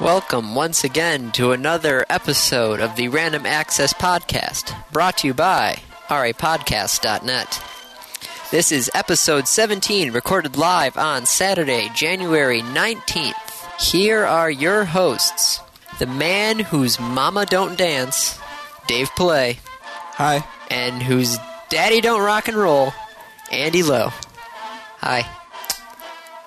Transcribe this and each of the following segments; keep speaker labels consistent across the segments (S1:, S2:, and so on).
S1: Welcome once again to another episode of the Random Access Podcast, brought to you by rapodcast.net. This is episode 17, recorded live on Saturday, January 19th. Here are your hosts the man whose mama don't dance, Dave Play,
S2: Hi.
S1: and whose daddy don't rock and roll, Andy Lowe. Hi.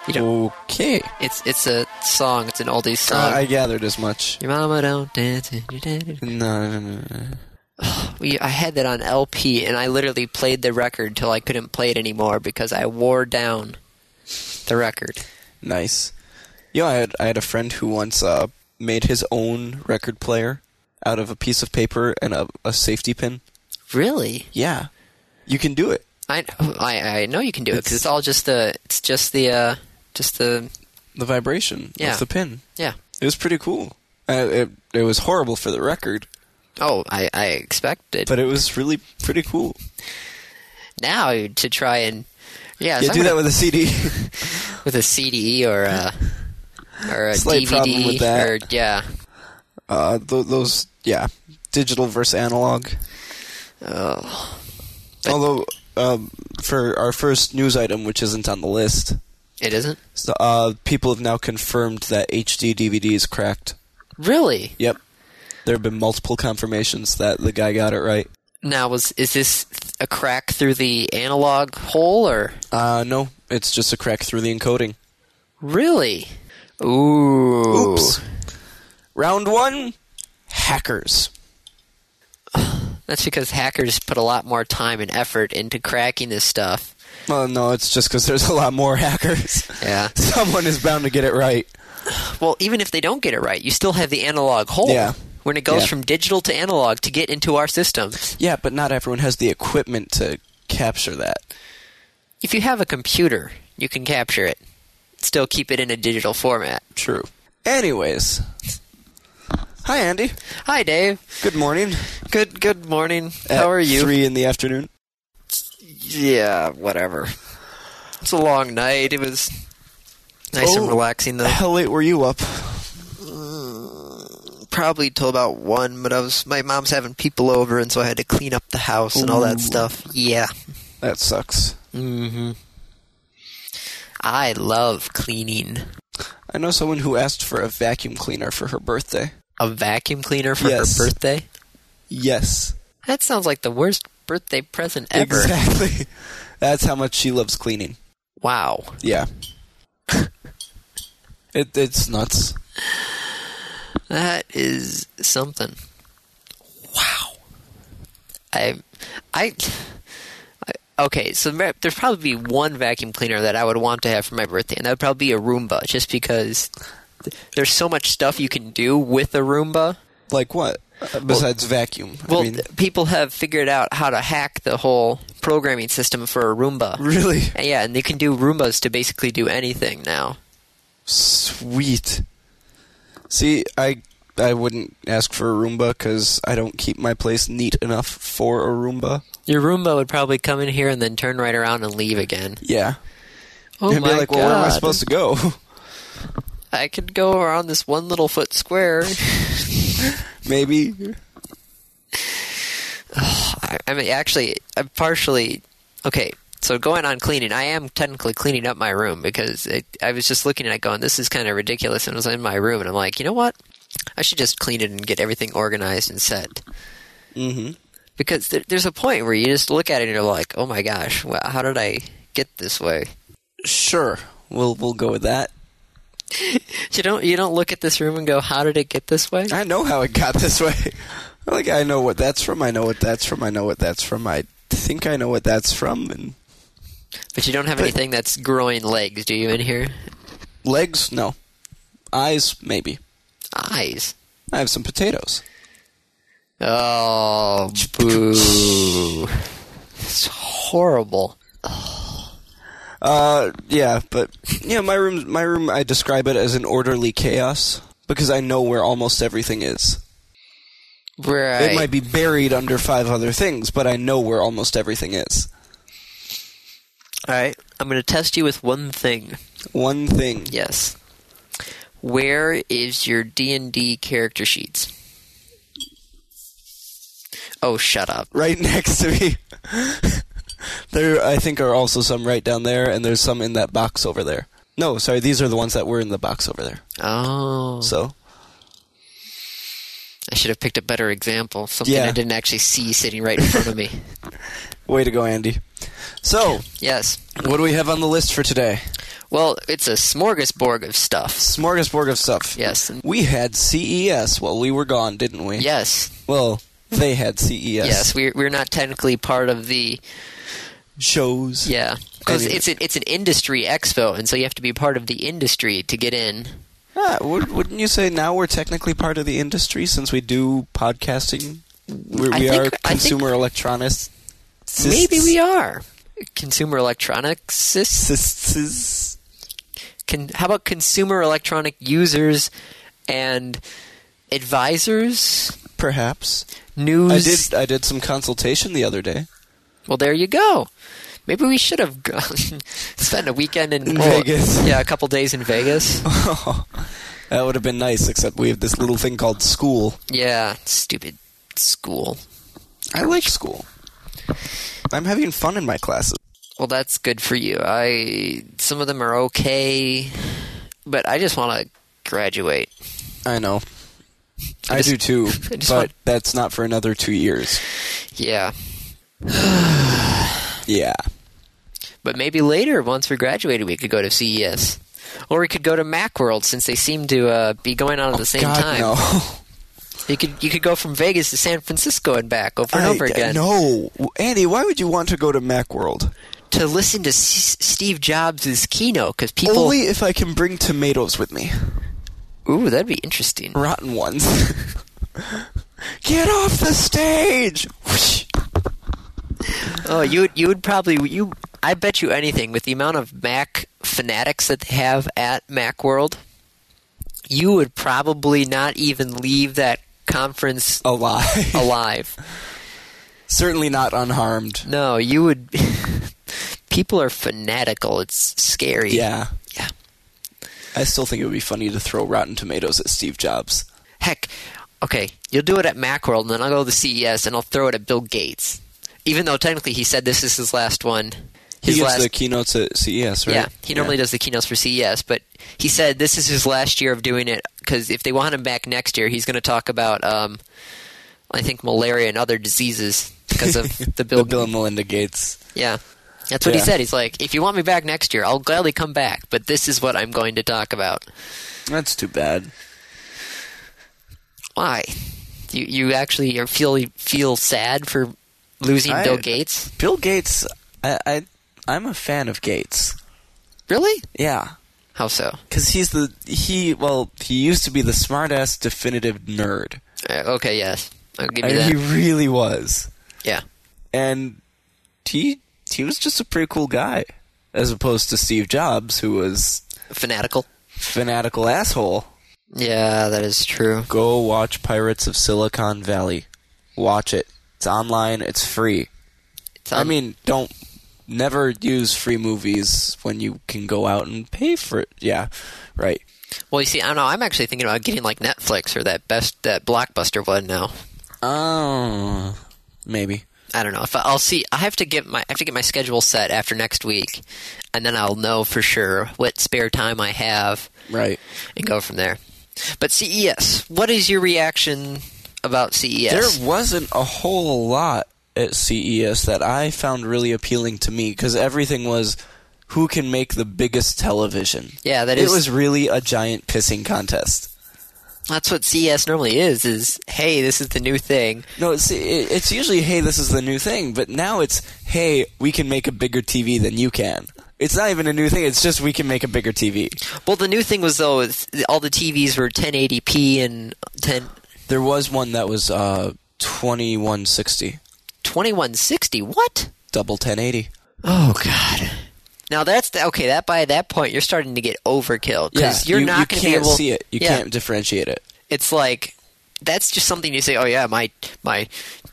S1: You don't,
S2: Okay.
S1: it's, it's a song, it's an oldies
S2: Uh,
S1: song.
S2: I gathered as much.
S1: Your mama don't dance and your daddy.
S2: No, no, no, no.
S1: We, I had that on LP, and I literally played the record till I couldn't play it anymore because I wore down the record.
S2: Nice. You know, I had I had a friend who once uh, made his own record player out of a piece of paper and a, a safety pin.
S1: Really?
S2: Yeah, you can do it.
S1: I, I, I know you can do it because it's all just the it's just the uh, just the
S2: The vibration
S1: Yeah.
S2: of the pin.
S1: yeah.
S2: It was pretty cool. Uh, it it was horrible for the record,
S1: Oh, I, I expected
S2: but it was really pretty cool.
S1: now to try and yeah,
S2: Yeah,
S1: so I'm
S2: do that
S1: gonna-
S2: with a CD.
S1: with a CD or a or a
S2: Slight problem
S1: DVD
S2: with that.
S1: or yeah.
S2: uh, th- those yeah, digital versus analog.
S1: Oh,
S2: Although um, for our first news item, which isn't on the list,
S1: it isn't
S2: So, uh, people have now confirmed that HD DVD is cracked.
S1: really.
S2: Yep. There have been multiple confirmations that the guy got it right.
S1: Now, was is this th- a crack through the analog hole, or
S2: Uh, no, it's just a crack through the encoding.
S1: really? Ooh,
S2: Oops. Round one, hackers.
S1: that's because hackers put a lot more time and effort into cracking this stuff.
S2: Well, no, it's just because there's a lot more hackers.
S1: Yeah.
S2: Someone is bound to get it right.
S1: Well, even if they don't get it right, you still have the analog hole.
S2: Yeah.
S1: When it goes
S2: Yeah.
S1: from digital to analog to get into our systems,
S2: Yeah, but not everyone has the equipment to capture that.
S1: if you have a computer, you can capture it, still keep it in a digital format.
S2: True. Anyways. Hi, Andy.
S1: Hi, Dave.
S2: Good morning.
S1: Good good morning. How
S2: At
S1: are you?
S2: Three in the afternoon.
S1: Yeah, whatever. It's a long night. It was nice and
S2: Oh.
S1: relaxing though.
S2: How late were you up?
S1: Probably till about one, but I was my mom's having people over, and so I had to clean up the house and all that
S2: Ooh.
S1: stuff. Yeah.
S2: That sucks.
S1: Mm-hmm. I love cleaning.
S2: I know someone who asked for a vacuum cleaner for her birthday.
S1: A vacuum cleaner for
S2: Yes.
S1: her birthday.
S2: Yes.
S1: That sounds like the worst birthday present ever.
S2: Exactly. That's how much she loves cleaning.
S1: Wow.
S2: Yeah. it, it's nuts.
S1: That is something. Wow. I, I, I okay. So there- there'd probably be one vacuum cleaner that I would want to have for my birthday, and that would probably be a Roomba, just because th- there's so much stuff you can do with a Roomba.
S2: Like what? Uh, Besides vacuum.
S1: Well,
S2: I mean,
S1: th- people have figured out how to hack the whole programming system for a Roomba.
S2: really
S1: And yeah, and they can do Roombas to basically do anything now.
S2: sweet. See, I I wouldn't ask for a Roomba cuz I don't keep my place neat enough for a Roomba.
S1: Your Roomba would probably come in here and then turn right around and leave again.
S2: Yeah.
S1: Oh
S2: and be
S1: my
S2: like,
S1: god!
S2: "Well, where am I supposed to go?"
S1: I could go around this one little foot square.
S2: Maybe
S1: I, I mean, actually, I'm partially. Okay, so going on cleaning, I am technically cleaning up my room because it, I was just looking at it going, this is kind of ridiculous. And I was in my room and I'm like, you know what? I should just clean it and get everything organized and set.
S2: Mhm.
S1: Because there, there's a point where you just look at it and you're like, oh my gosh, well, how did I get this way?
S2: Sure. We'll we'll go with that.
S1: You don't you don't look at this room and go, how did it get this way?
S2: I know how it got this way. Like I know what that's from. I know what that's from. I know what that's from. I think I know what that's from. And
S1: But you don't have
S2: But-
S1: anything that's growing legs, do you? In here,
S2: legs? No. Eyes? Maybe.
S1: eyes.
S2: I have some potatoes.
S1: Oh, boo. It's horrible.
S2: Uh, yeah, but yeah, my room. My room. I describe it as an orderly chaos because I know where almost everything is.
S1: Right.
S2: It might be buried under five other things, but I know where almost everything is.
S1: All right. I'm going to test you with one thing.
S2: One thing.
S1: Yes. where is your D&D character sheets? Oh, shut up.
S2: Right next to me. there, I think, are also some right down there, and there's some in that box over there. No, sorry, these are the ones that were in the box over there.
S1: Oh.
S2: So,
S1: I should have picked a better example. Something
S2: Yeah.
S1: I didn't actually see sitting right in front of me.
S2: way to go, Andy. So,
S1: Yes.
S2: what do we have on the list for today?
S1: Well, it's a smorgasbord of stuff.
S2: Smorgasbord of stuff.
S1: Yes. and-
S2: We had CES while we were gone, didn't we?
S1: Yes.
S2: Well, they had E CES.
S1: Yes. We're, we're not technically part of the.
S2: Shows.
S1: Yeah. Because
S2: Anyway.
S1: it's, an, it's an industry expo, and so you have to be part of the industry to get in.
S2: Ah, would, wouldn't you say now we're technically part of the industry since we do podcasting? We're,
S1: I
S2: we
S1: think-
S2: are
S1: I think-
S2: consumer electronics.
S1: Maybe we are. Consumer electronics. Can, how about consumer electronic users and advisors?
S2: Perhaps.
S1: News.
S2: I did. I did some consultation the other day
S1: Well, there you go. Maybe we should have gone spent a weekend in,
S2: in
S1: well,
S2: Vegas. Oh.
S1: Yeah, a couple days in Vegas.
S2: that would have been nice, except we have this little thing called school.
S1: Yeah, stupid school.
S2: I like school. I'm having fun in my classes.
S1: Well, that's good for you. I some of them are okay, but I just want to graduate.
S2: I know. I,
S1: I just-
S2: do too,
S1: I just
S2: but
S1: want-
S2: that's not for another two years.
S1: Yeah,
S2: Yeah.
S1: but maybe later once we're graduated, we could go to CES. Or we could go to MacWorld since they seem to uh, be going on at the same
S2: Oh, God,
S1: time.
S2: no.
S1: You could you could go from Vegas to San Francisco and back over and over
S2: I-
S1: again.
S2: No, Andy, why would you want to go to MacWorld?
S1: to listen to S- Steve Jobs' keynote because people.
S2: Only if I can bring tomatoes with me,
S1: Ooh, that'd be interesting.
S2: rotten ones. Get off the stage! Whoosh.
S1: Oh, you would you would probably you. I bet you anything with the amount of Mac fanatics that they have at MacWorld, you would probably not even leave that conference
S2: A lie.
S1: Oh. alive.
S2: Certainly not unharmed.
S1: No, you would. people are fanatical. It's scary.
S2: Yeah.
S1: Yeah.
S2: I still think it would be funny to throw rotten tomatoes at Steve Jobs.
S1: Heck, okay, you'll do it at MacWorld, and then I'll go to CES and I'll throw it at Bill Gates. Even though technically he said this is his last one.
S2: He
S1: His
S2: gives
S1: last,
S2: the keynotes at CES, E right?
S1: yeah, he normally does the keynotes for CES, but he said this is his last year of doing it because if they want him back next year, he's going to talk about, um, I think, malaria and other diseases because of the Bill.
S2: the Bill and Melinda Gates.
S1: yeah, that's what he
S2: Yeah.
S1: said. He's like, if you want me back next year, I'll gladly come back, but this is what I'm going to talk about.
S2: That's too bad.
S1: Why? You you actually are feel feel sad for losing
S2: I-
S1: Bill Gates?
S2: Bill Gates, I, I, I'm a fan of Gates.
S1: Really?
S2: Yeah.
S1: How so?
S2: Because he's the he well he used to be the smartass definitive nerd.
S1: Uh, okay, yes. I'll give
S2: I
S1: you
S2: mean,
S1: that.
S2: he really was,
S1: yeah.
S2: and he he was just a pretty cool guy, as opposed to Steve Jobs, who was
S1: Fanatical.
S2: fanatical asshole.
S1: Yeah, that is true.
S2: Go watch Pirates of Silicon Valley. Watch it. It's online. It's free.
S1: It's on-
S2: I mean, don't never use free movies when you can go out and pay for it. Yeah, right.
S1: well, you see, I don't know. I'm actually thinking about getting like Netflix or that best that blockbuster one now.
S2: Oh, maybe.
S1: I don't know if I, I'll see. I have to get my I have to get my schedule set after next week, and then I'll know for sure what spare time I have
S2: Right.
S1: and go from there. But CES, what is your reaction about E CES?
S2: There wasn't a whole lot at CES that I found really appealing to me because everything was who can make the biggest television.
S1: Yeah, that
S2: it
S1: is-
S2: was really a giant pissing contest.
S1: That's what CES normally is. Is hey, this is the new thing.
S2: No, it's it, it's usually hey, this is the new thing, but now it's hey, we can make a bigger TV than you can. It's not even a new thing. It's just we can make a bigger TV.
S1: Well, the new thing was though is all the TVs were 1080p and 10
S2: There was one that was uh, twenty one sixty,
S1: 2160. What?
S2: double ten eighty.
S1: Oh God. Now that's the, okay. That by that point you're starting to get overkill because you're
S2: you,
S1: not
S2: you
S1: going to be
S2: can't
S1: able
S2: see it. You
S1: Yeah.
S2: can't differentiate it.
S1: It's like that's just something you say. Oh yeah, my my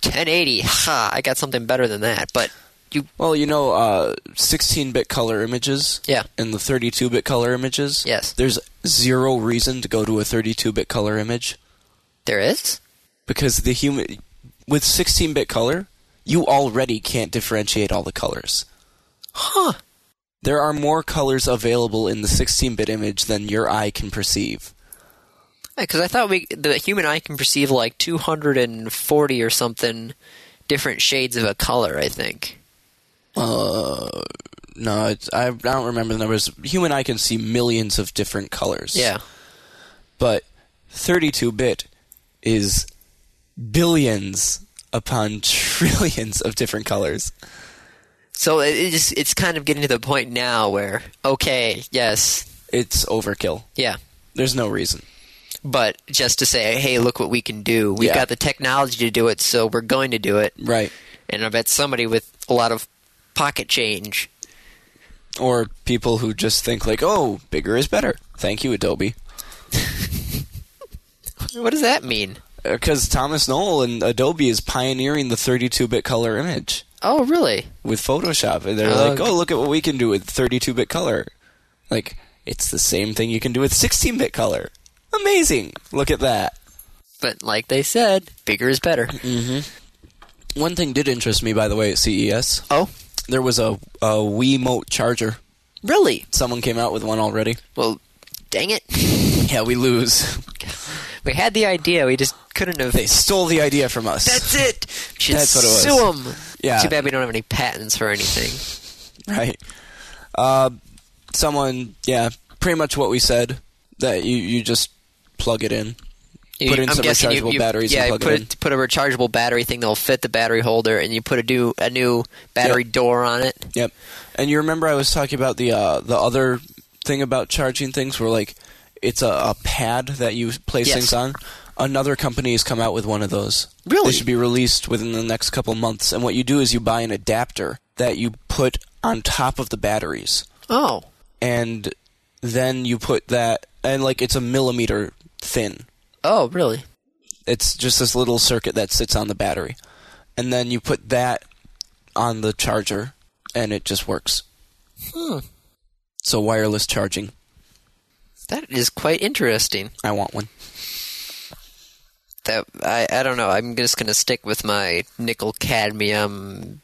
S1: 1080. Ha! I got something better than that. But you
S2: Well, you know, uh, 16-bit color images
S1: yeah
S2: and the 32-bit color images.
S1: Yes.
S2: There's zero reason to go to a 32-bit color image
S1: there is
S2: because the human with 16-bit color, you already can't differentiate all the colors.
S1: huh
S2: There are more colors available in the 16-bit image than your eye can perceive.
S1: because I thought we the human eye can perceive like 240 or something different shades of a color I think
S2: Uh, no, it's, I, I don't remember the numbers. Human eye can see millions of different colors.
S1: yeah
S2: but 32 bit is billions upon trillions of different colors.
S1: so it, it just it's kind of getting to the point now where okay yes
S2: It's overkill.
S1: yeah
S2: There's no reason.
S1: but just to say, hey, look what we can do. We've
S2: Yeah.
S1: got the technology to do it, so we're going to do it.
S2: Right.
S1: And I bet somebody with a lot of pocket change.
S2: Or people who just think, like, oh, bigger is better. Thank you, Adobe.
S1: What does that mean?
S2: Because Uh, Thomas Knoll and Adobe is pioneering the 32 bit color image
S1: Oh, really?
S2: with Photoshop. And they're
S1: Oh,
S2: like,
S1: okay.
S2: oh, look at what we can do with 32 bit color. Like, it's the same thing you can do with 16 bit color. Amazing. Look at that.
S1: But like they said, bigger is better.
S2: One thing did interest me, by the way, at E CES.
S1: Oh,
S2: There was a, a Wiimote charger.
S1: really?
S2: Someone came out with one already.
S1: Well, dang it.
S2: Yeah, we lose.
S1: We had the idea, we just couldn't have.
S2: They stole the idea from us.
S1: That's it! Should
S2: That's what it was.
S1: Sue them!
S2: Yeah.
S1: Too bad we don't have any patents for anything.
S2: right. Uh, someone, yeah, pretty much what we said. That you, you just plug it in. Put in
S1: I'm
S2: some
S1: guessing you-
S2: rechargeable
S1: you-
S2: batteries
S1: Yeah,
S2: and
S1: you
S2: plug it
S1: put
S2: in.
S1: put a rechargeable battery thing that'll fit the battery holder, and you put a new a new battery door on it.
S2: Yep. And you remember I was talking about the uh, the other thing about charging things, where like it's a, a pad that you place
S1: Yes.
S2: things on. Another company has come out with one of those.
S1: Really?
S2: They should be released within the next couple months. And what you do is you buy an adapter that you put on top of the batteries,
S1: Oh,
S2: and then you put that and like it's a millimeter thin.
S1: oh, really?
S2: It's just this little circuit that sits on the battery, and then you put that on the charger, and it just works.
S1: Hmm.
S2: So wireless charging.
S1: That is quite interesting.
S2: I want one.
S1: That I I don't know. I'm just gonna stick with my nickel cadmium,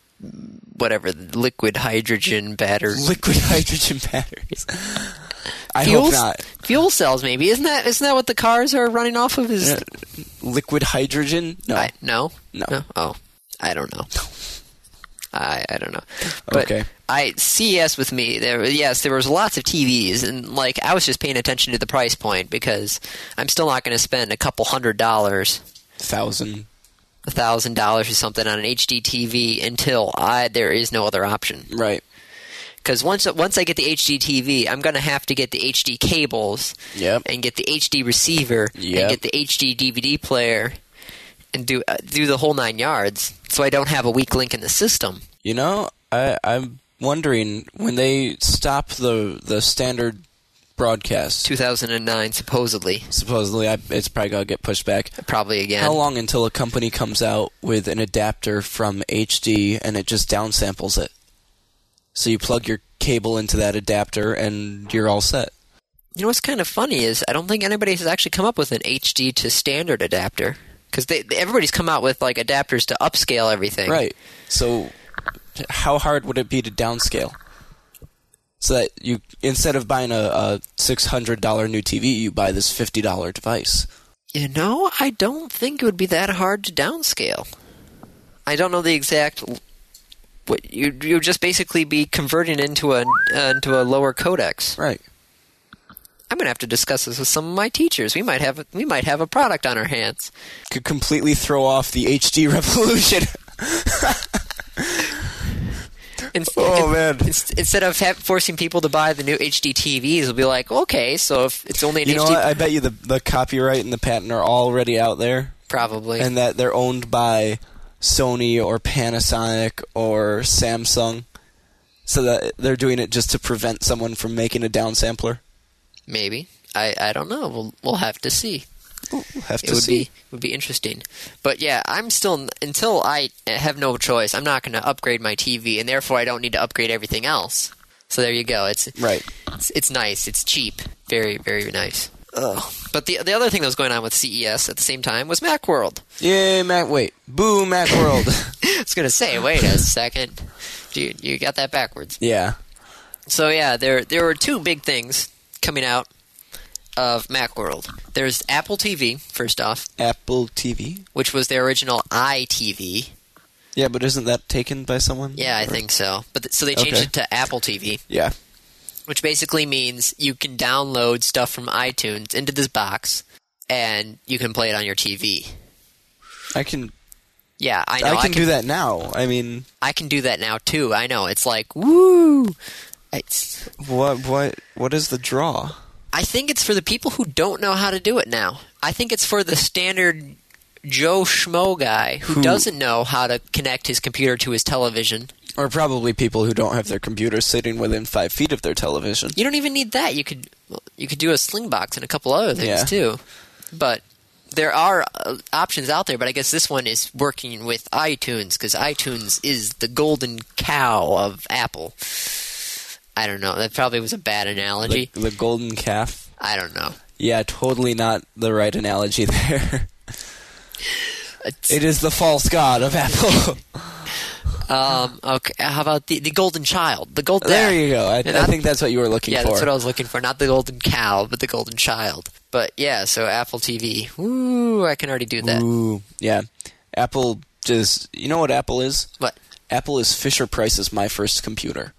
S1: whatever liquid hydrogen battery.
S2: Liquid hydrogen batteries. I
S1: Fuel
S2: hope
S1: c-
S2: not.
S1: Fuel cells, maybe isn't that isn't that what the cars are running off of? Is
S2: Uh, Liquid hydrogen? No.
S1: I, no,
S2: No.
S1: Oh, I don't know. I I don't know. But
S2: Okay.
S1: I CES with me. There, yes, there was lots of TVs, and like I was just paying attention to the price point because I'm still not going to spend a couple hundred dollars
S2: Thousand.
S1: a thousand dollars or something on an HD TV until I there is no other option.
S2: Right.
S1: Because once once I get the HD TV, I'm gonna have to get the HD cables
S2: Yep.
S1: and get the HD receiver
S2: Yep.
S1: and get the HD DVD player and do uh, do the whole nine yards. So I don't have a weak link in the system.
S2: You know, I, I'm wondering when they stop the the standard broadcast.
S1: 2009 supposedly,
S2: Supposedly, I, it's probably gonna get pushed back.
S1: probably again.
S2: How long until a company comes out with an adapter from HD and it just downsamples it? So you plug your cable into that adapter and you're all set.
S1: You know what's kind of funny is I don't think anybody has actually come up with an HD to standard adapter because they, everybody's come out with like adapters to upscale everything.
S2: Right. So, how hard would it be to downscale? So that you, instead of buying a, a $600 new TV, you buy this $50 device.
S1: You know, I don't think it would be that hard to downscale. I don't know the exact. l- What you you would just basically be converting into a uh, into a lower codex.
S2: Right.
S1: I'm gonna have to discuss this with some of my teachers. We might have we might have a product on our hands.
S2: Could completely throw off the HD revolution.
S1: In-
S2: Oh,
S1: in-
S2: man.
S1: ins- instead of ha- forcing people to buy the new HD TVs, we'll be like, okay, so if it's only an
S2: you
S1: HD,
S2: know what? I bet you the, the copyright and the patent are already out there,
S1: probably.
S2: and that they're owned by Sony or Panasonic or Samsung. So that they're doing it just to prevent someone from making a downsampler.
S1: Maybe. I, I don't know. We'll we'll have to see.
S2: Have to
S1: it would
S2: see.
S1: be would be interesting. But yeah, I'm still until I have no choice. I'm not going to upgrade my TV, and therefore I don't need to upgrade everything else. So there you go. It's
S2: Right.
S1: It's, it's nice. It's cheap. Very very nice. Ugh. But the the other thing that was going on with CES at the same time was MacWorld.
S2: Yay, Mac! Wait, boo, MacWorld.
S1: I was going to say, wait a second, you you got that backwards.
S2: yeah,
S1: So yeah, there there were two big things coming out of MacWorld. There's Apple TV first off,
S2: Apple TV.
S1: which was their original iTV.
S2: Yeah, but isn't that taken by someone?
S1: Yeah, I
S2: Or-
S1: think so. But th- so they changed
S2: Okay.
S1: it to Apple TV,
S2: Yeah,
S1: which basically means you can download stuff from iTunes into this box, and you can play it on your TV.
S2: I can.
S1: Yeah, I know.
S2: I, can do that now. I mean,
S1: I can do that now too. I know. It's like woo. It's.
S2: what what what is the draw?
S1: I think it's for the people who don't know how to do it now. I think it's for the standard Joe Schmo guy who
S2: Who-
S1: doesn't know how to connect his computer to his television.
S2: Or probably people who don't have their computer sitting within five feet of their television.
S1: You don't even need that. You could you could do a sling box and a couple other things
S2: Yeah.
S1: too. But there are uh, options out there. But I guess this one is working with iTunes because iTunes is the golden cow of Apple. I don't know. That probably was a bad analogy.
S2: Like the golden calf.
S1: I don't know.
S2: Yeah, totally not the right analogy there.
S1: It's-
S2: it is the false god of Apple.
S1: Um, okay. How about the the golden child? The gold.
S2: there you go. I,
S1: And
S2: I
S1: I-
S2: think that's what you were looking
S1: Yeah,
S2: for.
S1: that's what I was looking for. Not the golden cow, but the golden child. But yeah, so Apple TV. Ooh, I can already do that.
S2: Ooh, yeah. Apple just. You know what Apple is?
S1: But
S2: Apple is Fisher Price's my first computer.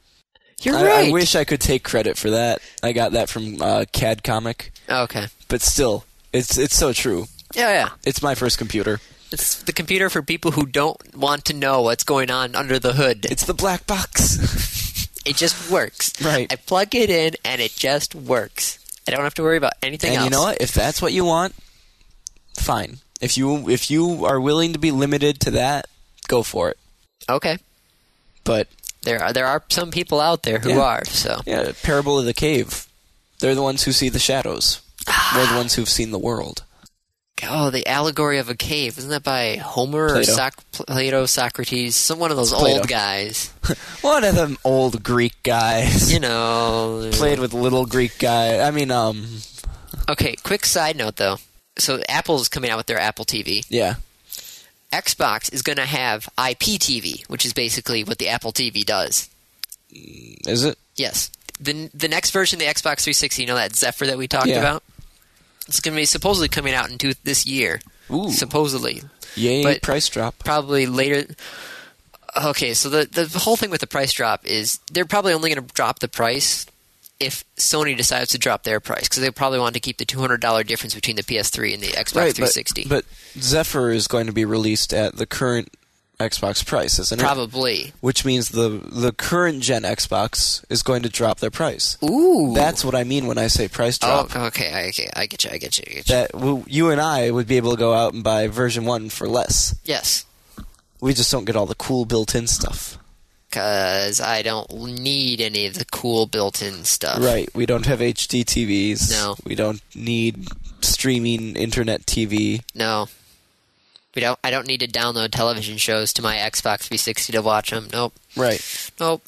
S1: you're
S2: I,
S1: right.
S2: I wish I could take credit for that. I got that from uh, CAD Comic,
S1: Okay.
S2: but still, it's it's so true.
S1: Yeah, yeah.
S2: It's my first computer.
S1: It's the computer for people who don't want to know what's going on under the hood.
S2: It's the black box.
S1: It just works.
S2: Right.
S1: I plug it in and it just works. I don't have to worry about anything
S2: and
S1: else.
S2: you know what? If that's what you want, fine. If you if you are willing to be limited to that, go for it.
S1: Okay.
S2: But
S1: There are there are some people out there who
S2: Yeah.
S1: are, so
S2: yeah, Parable of the Cave. They're the ones who see the shadows. They're the ones who've seen the world.
S1: Oh, the allegory of a cave. Isn't that by Homer
S2: Plato.
S1: or Soc- Plato, Socrates? Some one of those
S2: Plato.
S1: old guys.
S2: One of them old Greek guys
S1: You know.
S2: played with little Greek guy. I mean, um,
S1: Okay, quick side note though. So Apple's coming out with their Apple TV.
S2: yeah,
S1: Xbox is going to have IPTV, which is basically what the Apple TV does.
S2: is it?
S1: Yes. The the next version of the Xbox 360, you know that Zephyr that we talked
S2: Yeah.
S1: about? It's going to be supposedly coming out in two, this year.
S2: Ooh.
S1: Supposedly.
S2: Yay,
S1: But-
S2: price drop.
S1: probably later. Okay, so the the whole thing with the price drop is they're probably only going to drop the price if Sony decides to drop their price because they probably want to keep the two hundred dollar difference between the PS3 and the Xbox
S2: Right, but-
S1: 360.
S2: But, Zephyr is going to be released at the current Xbox price, isn't it?
S1: probably.
S2: Which means the the current gen Xbox is going to drop their price.
S1: Ooh,
S2: That's what I mean when I say price drop.
S1: Oh, okay, I- okay, I get you, I get you, I get you.
S2: That well, you and I would be able to go out and buy version one for less.
S1: yes,
S2: We just don't get all the cool built-in stuff.
S1: because I don't need any of the cool built-in stuff.
S2: Right. We don't have HD TVs.
S1: No.
S2: We don't need streaming internet TV.
S1: No. We don't. I don't need to download television shows to my Xbox 360 to watch them. Nope.
S2: Right.
S1: Nope.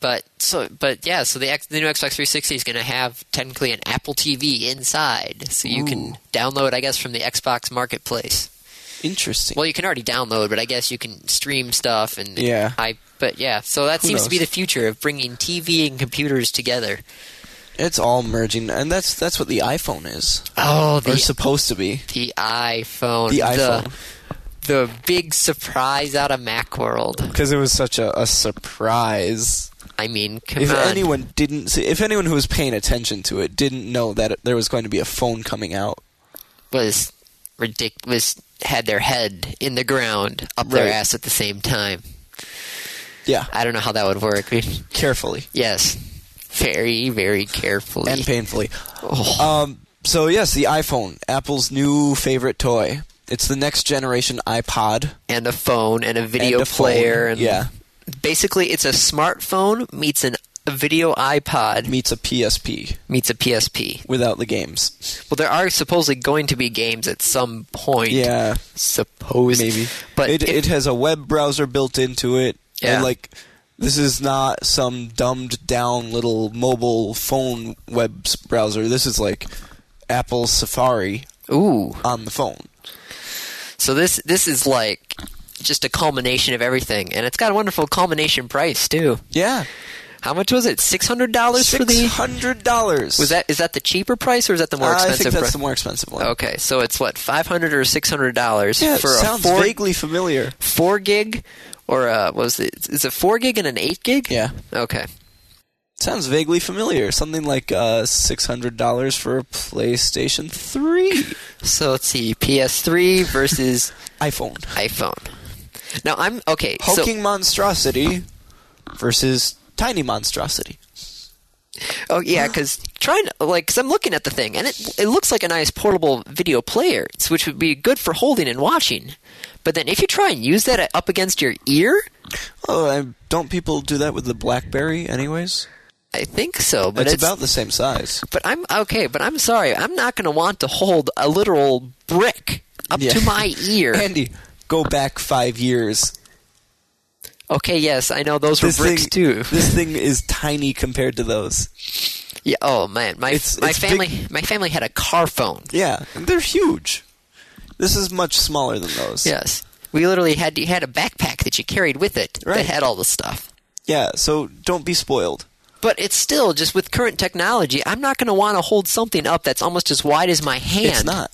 S1: But so, but yeah. So the X, the new Xbox 360 is going to have technically an Apple TV inside, so you
S2: Ooh.
S1: can download, I guess, from the Xbox Marketplace.
S2: Interesting.
S1: Well, you can already download, but I guess you can stream stuff and
S2: Yeah.
S1: I. But yeah, so that
S2: Who
S1: seems to be
S2: knows?
S1: the future of bringing TV and computers together.
S2: It's all merging, and that's that's what the iPhone is,
S1: Oh,
S2: or
S1: the
S2: supposed to be.
S1: the iPhone,
S2: The iPhone,
S1: the, the big surprise out of MacWorld.
S2: because it was such a, a surprise.
S1: I mean, come
S2: If
S1: on.
S2: anyone didn't, see, if anyone who was paying attention to it didn't know that it, there was going to be a phone coming out,
S1: was ridiculous had their head in the ground up their
S2: Right.
S1: ass at the same time
S2: yeah,
S1: i don't know how that would work
S2: carefully
S1: yes very very carefully
S2: and painfully.
S1: Oh,
S2: Um, so yes, the iPhone, Apple's new favorite toy. It's the next generation iPod
S1: and a phone and a video
S2: and a phone.
S1: player and
S2: yeah,
S1: basically it's a smartphone meets an a video iPod
S2: meets a PSP
S1: meets a PSP.
S2: without the games.
S1: Well, there are supposedly going to be games at some point.
S2: Yeah,
S1: Supposed.
S2: maybe.
S1: But
S2: it,
S1: if-
S2: it has a web browser built into it.
S1: Yeah.
S2: And like this is not some dumbed down little mobile phone web s- browser. This is like Apple Safari
S1: Ooh.
S2: on the phone.
S1: So this this is like just a culmination of everything, and it's got a wonderful culmination price too.
S2: Yeah,
S1: How much was it? Six hundred dollars for
S2: six
S1: the.
S2: hundred dollars.
S1: Was that is that the cheaper price or is that the more
S2: I
S1: expensive?
S2: think that's
S1: price?
S2: the more expensive one.
S1: Okay, so it's what five hundred or six hundred dollars
S2: Yeah, it
S1: for a
S2: sounds
S1: four
S2: vaguely familiar.
S1: four gig or a what was it? Is it four gig and an eight gig?
S2: Yeah,
S1: Okay.
S2: sounds vaguely familiar. Something like uh, six hundred dollars for a PlayStation Three,
S1: So let's see, PS3 versus
S2: iPhone,
S1: iPhone. Now I'm okay.
S2: hulking monstrosity versus tiny monstrosity.
S1: So, oh yeah, because trying to like, because I'm looking at the thing and it it looks like a nice portable video player, which would be good for holding and watching. But then if you try and use that uh, up against your ear,
S2: Oh, I, don't people do that with the BlackBerry, anyways?
S1: I think so. But
S2: it's,
S1: it's,
S2: about the same size.
S1: But I'm okay. But I'm sorry. I'm not going to want to hold a literal brick up
S2: Yeah.
S1: to my ear.
S2: Andy, go back five years.
S1: okay. Yes, I know those were bricks
S2: thing,
S1: too.
S2: This thing is tiny compared to those.
S1: Yeah. Oh man, my
S2: It's-
S1: my
S2: it's big-
S1: family my family had a car phone.
S2: Yeah, and they're huge. This is much smaller than those.
S1: Yes. We literally had you had a backpack that you carried with it that
S2: Right.
S1: had all the stuff.
S2: Yeah, so don't be spoiled.
S1: But it's still just with current technology, I'm not going to want to hold something up that's almost as wide as my hand
S2: It's not.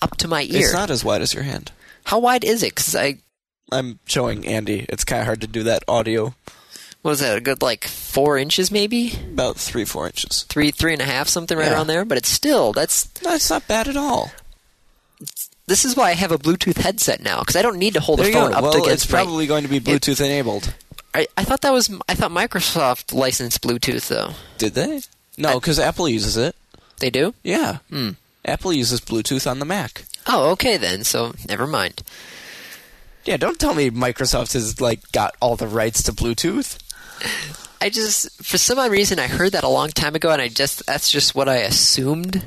S1: up to my ear.
S2: It's not as wide as your hand.
S1: How wide is it? Cuz I
S2: I'm showing Andy. It's kind of hard to do that audio.
S1: what is that a good like 4 inches maybe?
S2: About three, four inches.
S1: Three, three and a half, something right
S2: Yeah.
S1: around there. But it's still that's
S2: That's not bad at all.
S1: this is why I have a Bluetooth headset now because I don't need to hold
S2: There
S1: a
S2: you go.
S1: phone up
S2: Well, it's
S1: against my-
S2: probably going to be Bluetooth enabled.
S1: I, I thought that was I thought Microsoft licensed Bluetooth though.
S2: Did they? No,
S1: I-
S2: because Apple uses it.
S1: They do.
S2: Yeah.
S1: Hmm.
S2: Apple uses Bluetooth on the Mac.
S1: Oh, okay then. So never mind.
S2: Yeah, don't tell me Microsoft has like got all the rights to Bluetooth.
S1: I just, for some odd reason, I heard that a long time ago, and I just, that's just what I assumed.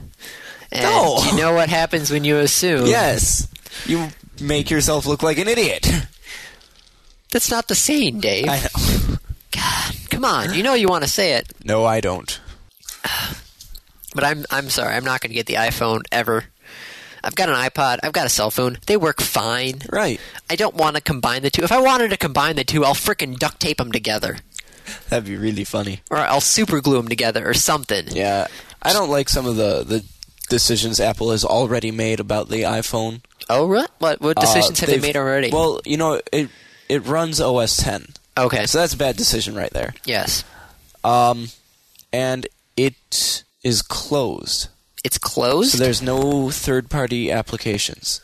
S1: And
S2: No.
S1: you know what happens when you assume?
S2: Yes. You make yourself look like an idiot.
S1: That's not the saying, Dave.
S2: I know.
S1: God, come on. You know you want to say it,
S2: No, I don't.
S1: but I'm, I'm sorry. I'm not going to get the iPhone ever. I've got an iPod. I've got a cell phone. They work fine.
S2: Right.
S1: I don't want to combine the two. If I wanted to combine the two, I'll frickin' duct tape them together.
S2: That'd be really funny.
S1: Or I'll super glue them together or something.
S2: Yeah. I don't like some of the the decisions Apple has already made about the iPhone.
S1: Oh, right? What, what decisions
S2: Uh,
S1: have they
S2: they've-
S1: made already?
S2: Well, you know, it it runs OS 10.
S1: okay.
S2: So that's a bad decision right there.
S1: yes.
S2: Um and it is closed.
S1: It's closed?
S2: So there's no third party applications.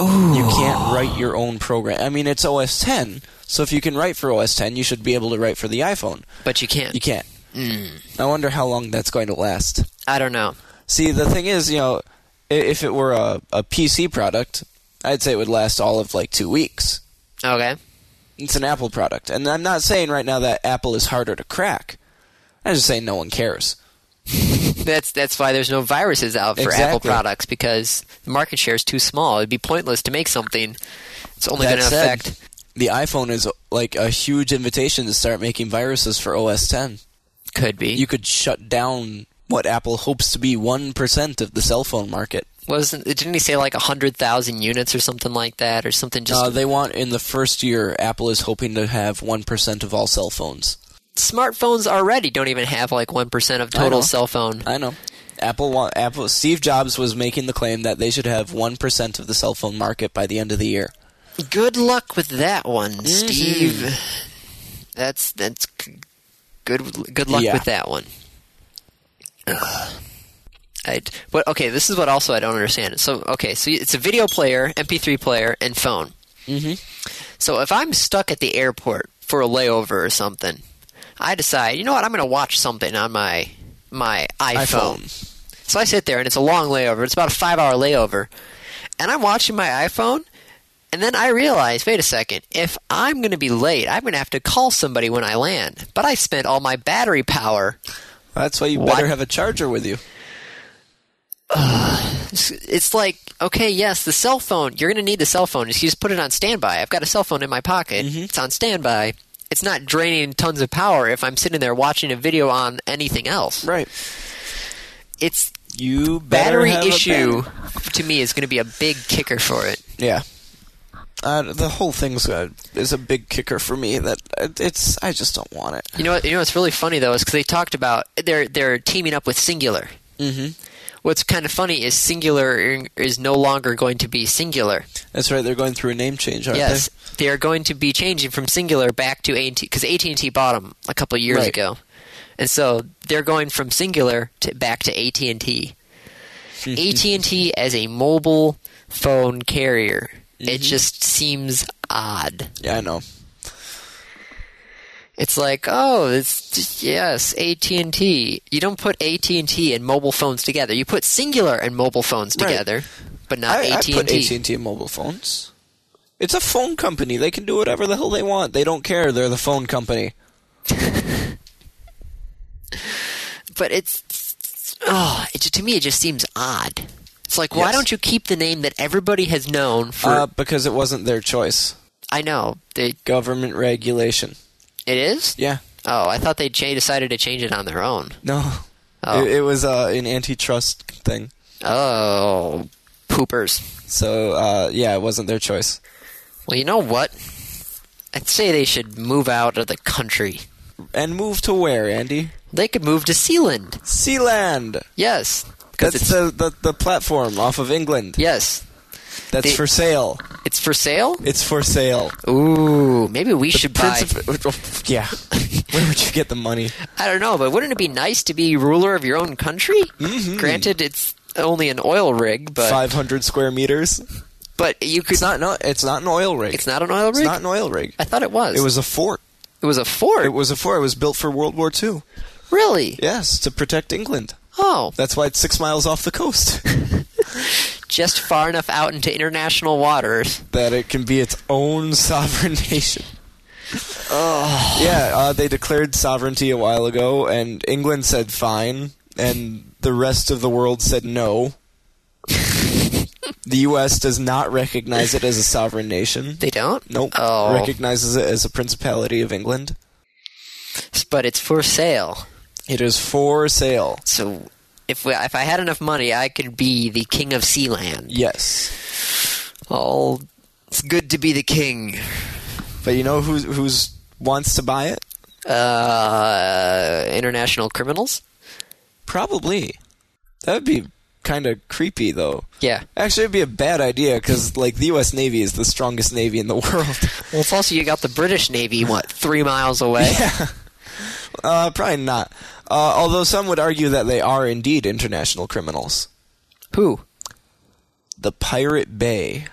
S1: Ooh.
S2: You can't write your own program. I mean, it's OS 10, so if you can write for OS 10, you should be able to write for the iPhone.
S1: But you can't.
S2: You can't. I wonder how long that's going to last.
S1: I don't know.
S2: See, the thing is, you know, i- if it were a, a PC product, I'd say it would last all of like two weeks.
S1: Okay.
S2: It's an Apple product. And I'm not saying right now that Apple is harder to crack. I'm just saying no one cares.
S1: That's that's why there's no viruses out for Apple
S2: Exactly.
S1: products because the market share is too small. It'd be pointless to make something. It's only
S2: That
S1: going to
S2: said,
S1: affect.
S2: The iPhone is like a huge invitation to start making viruses for OS 10.
S1: Could be.
S2: you could shut down what Apple hopes to be 1% of the cell phone market.
S1: Wasn't didn't he say like hundred thousand units or something like that or something? Just
S2: Uh, they want in the first year, Apple is hoping to have 1% of all cell phones.
S1: smartphones already don't even have like one percent of
S2: I
S1: total
S2: know.
S1: cell phone.
S2: I know. Apple want Apple Steve Jobs was making the claim that they should have 1% of the cell phone market by the end of the year.
S1: Good luck with that one, Steve. That's that's c- good. Good luck
S2: Yeah.
S1: with that one. Ugh. I but okay. This is what also I don't understand. So okay, so it's a video player, MP3 player, and phone.
S2: Mhm.
S1: So if I'm stuck at the airport for a layover or something, I decide you know what I'm going to watch something on my my iPhone. So I sit there and it's a long layover. It's about a five hour layover. And I'm watching my iPhone And then I realized, wait a second, if I'm going to be late, I'm going to have to call somebody when I land. But I spent all my battery power.
S2: That's why you
S1: What?
S2: better have a charger with you.
S1: It's, it's like, okay, yes, the cell phone, you're going to need the cell phone. You just put it on standby. I've got a cell phone in my pocket,
S2: Mm-hmm.
S1: it's on standby. It's not draining tons of power if I'm sitting there watching a video on anything else.
S2: Right.
S1: It's
S2: You better
S1: battery
S2: have a
S1: issue
S2: battery.
S1: to me is going to be a big kicker for it.
S2: Yeah. Uh, the whole thing's a, is a big kicker for me. That uh, it's I just don't want it.
S1: You know, what, you know what's really funny though is because they talked about they're they're teaming up with Singular.
S2: Mm-hmm.
S1: What's kind of funny is Singular is no longer going to be Singular.
S2: That's right. They're going through a name change, aren't
S1: yes, they? are going to be changing from Singular back to AT because AT and T bought 'em a couple years
S2: Right.
S1: ago, and so they're going from Singular to back to AT and T.
S2: Mm-hmm.
S1: AT and Mm-hmm. T as a mobile phone carrier,
S2: Mm-hmm.
S1: it just seems odd.
S2: they? Yeah, I know.
S1: It's like, oh, it's just- yes, AT and T. You don't put AT and T and mobile phones together. You put singular and mobile phones
S2: Right.
S1: together, but not
S2: I, I
S1: AT and
S2: put AT
S1: Uh, T.
S2: and T in mobile phones. It's a phone company. They can do whatever the hell they want. They don't care. They're the phone company.
S1: But it's oh, it, ju- to me, it just seems odd. It's like, why
S2: Yes.
S1: don't you keep the name that everybody has known for?
S2: Uh, because it wasn't their choice.
S1: I know they,
S2: Government regulation.
S1: it is.
S2: Yeah.
S1: Oh, I thought they cha- decided to change it on their own.
S2: No.
S1: Oh.
S2: It, it was uh, an antitrust thing.
S1: Oh, poopers.
S2: So uh, yeah, it wasn't their choice.
S1: Well, you know what? I'd say they should move out of the country.
S2: And move to where, Andy?
S1: They could move to Sealand.
S2: Sealand.
S1: Yes, because it's
S2: That's the, the the platform off of England.
S1: yes,
S2: That's
S1: they-
S2: for sale.
S1: it's for sale.
S2: It's for sale.
S1: Ooh, maybe we should buy.
S2: Princip- yeah. Where would you get the money?
S1: I don't know, but wouldn't it be nice to be ruler of your own country? Granted, it's only an oil rig, but
S2: Mm-hmm. Five hundred square meters.
S1: but you could.
S2: It's not. No. It's not an oil rig.
S1: It's not an oil
S2: It's
S1: rig.
S2: not an oil rig.
S1: I thought it was.
S2: It was a fort.
S1: It was a fort.
S2: It was a fort. It was built for World War II.
S1: really?
S2: Yes, to protect England.
S1: Oh,
S2: That's why it's six miles off the coast.
S1: just far enough out into international waters.
S2: that it can be its own sovereign nation. Yeah, uh, they declared sovereignty a while ago, and England said fine, and the rest of the world said no. the U.S. does not recognize it as a sovereign nation.
S1: They don't.
S2: Nope.
S1: Oh,
S2: Recognizes it as a principality of England.
S1: but it's for sale.
S2: It is for sale.
S1: So if we, if I had enough money, I could be the king of Sealand.
S2: Yes.
S1: Oh, it's good to be the king.
S2: But you know who who's wants to buy it?
S1: uh, international criminals.
S2: Probably. That would be kind of creepy, though.
S1: Yeah.
S2: Actually, it'd be a bad idea because, like, the U.S. Navy is the strongest navy in the world.
S1: Well, it's also you got the British Navy, what three miles away?
S2: Uh, probably not. Uh, although some would argue that they are indeed international criminals.
S1: Who?
S2: The Pirate Bay.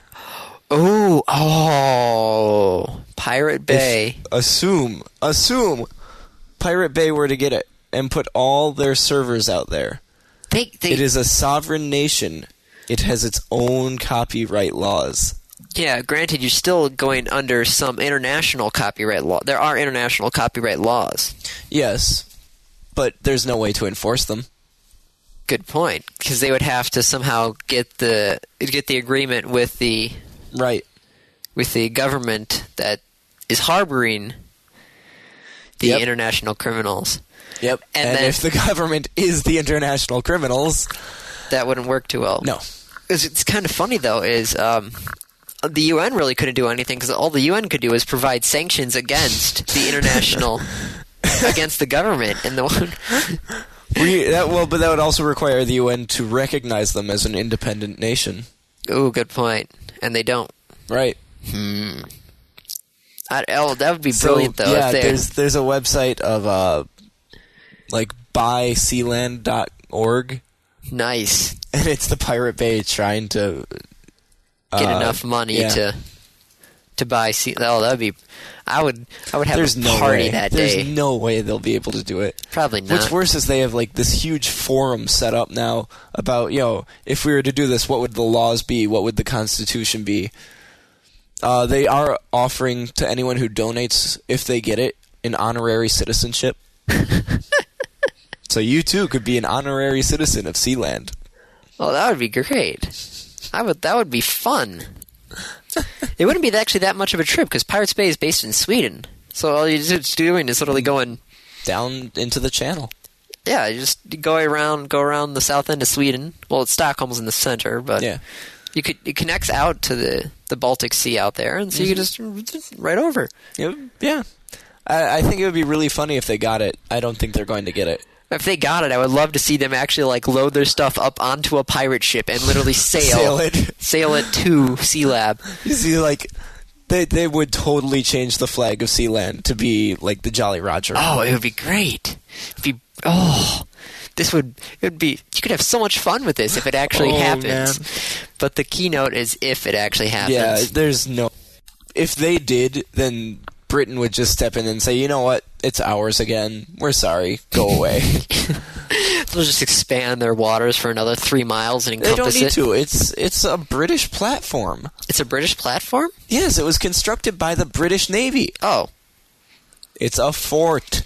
S1: Oh, oh, Pirate
S2: If-
S1: Bay.
S2: assume, assume, Pirate Bay were to get it and put all their servers out there.
S1: they, they,
S2: It is a sovereign nation. It has its own copyright laws.
S1: Yeah. Granted, you're still going under some international copyright law. There are international copyright laws.
S2: Yes, but there's no way to enforce them.
S1: Good point, because they would have to somehow get the get the agreement with the
S2: Right.
S1: with the government that is harboring the
S2: Yep.
S1: international criminals.
S2: Yep.
S1: And
S2: And,
S1: then-
S2: if the government is the international criminals,
S1: That wouldn't work too well.
S2: no.
S1: it's, it's kind of funny though is um, the UN really couldn't do anything because all the UN could do is provide sanctions against the international against the government and the one
S2: We, that, well, but that would also require the UN to recognize them as an independent nation,
S1: ooh good point and they don't
S2: right?
S1: I, oh that would be brilliant
S2: so,
S1: though
S2: Yeah,
S1: if they
S2: there's there's a website of uh, like buysealand.org,
S1: nice
S2: and it's the Pirate Bay trying to uh,
S1: get enough money
S2: yeah.
S1: to to buy sea- oh that would be I would I would have
S2: There's
S1: a
S2: no
S1: party
S2: way.
S1: that
S2: there's
S1: day
S2: no way they'll be able to do it.
S1: probably
S2: What's
S1: not
S2: worse is they have like this huge forum set up now about yo, if we were to do this, what would the laws be? What would the Constitution be? Uh, they are offering to anyone who donates, if they get it, an honorary citizenship. so you too could be an honorary citizen of Sealand.
S1: Well, Oh, that would be great. I would. That would be fun. it wouldn't be actually that much of a trip because Pirates Bay is based in Sweden. So all you're just doing is literally going.
S2: Down into the channel.
S1: Yeah, you just go around, go around the south end of Sweden. Well, it's Stockholm's in the center, but
S2: Yeah.
S1: you could it connects out to the the Baltic Sea out there, and so
S2: Mm-hmm.
S1: you just right over.
S2: Yep. Yeah. I, I think it would be really funny if they got it. I don't think they're going to get it.
S1: If they got it, I would love to see them actually like load their stuff up onto a pirate ship and literally sail
S2: Sail it.
S1: sail it to Sea Lab.
S2: You see, like, they they would totally change the flag of Sealand to be like the Jolly Roger.
S1: Oh, it would be great. It'd be oh, this would it would be. You could have so much fun with this if it actually
S2: Oh,
S1: happens.
S2: man.
S1: But the keynote is if it actually happens.
S2: yeah, there's no. If they did, then Britain would just step in and say, you know what, it's ours again. We're sorry. Go away.
S1: They'll just expand their waters for another three miles and
S2: they don't
S1: encompass
S2: need
S1: it.
S2: to. It's it's a British platform.
S1: It's a British platform.
S2: Yes, it was constructed by the British Navy.
S1: Oh,
S2: It's a fort.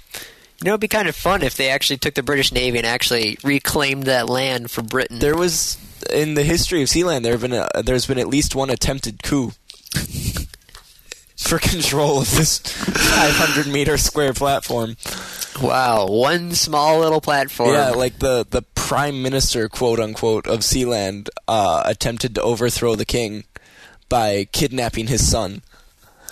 S1: you know, it'd be kind of fun if they actually took the British Navy and actually reclaimed that land for Britain.
S2: There was in the history of Sealand. There have been a, there's been at least one attempted coup for control of this 500 meter square platform.
S1: wow, one small little platform.
S2: Yeah, like the the prime minister, quote unquote, of Sealand uh, attempted to overthrow the king by kidnapping his son,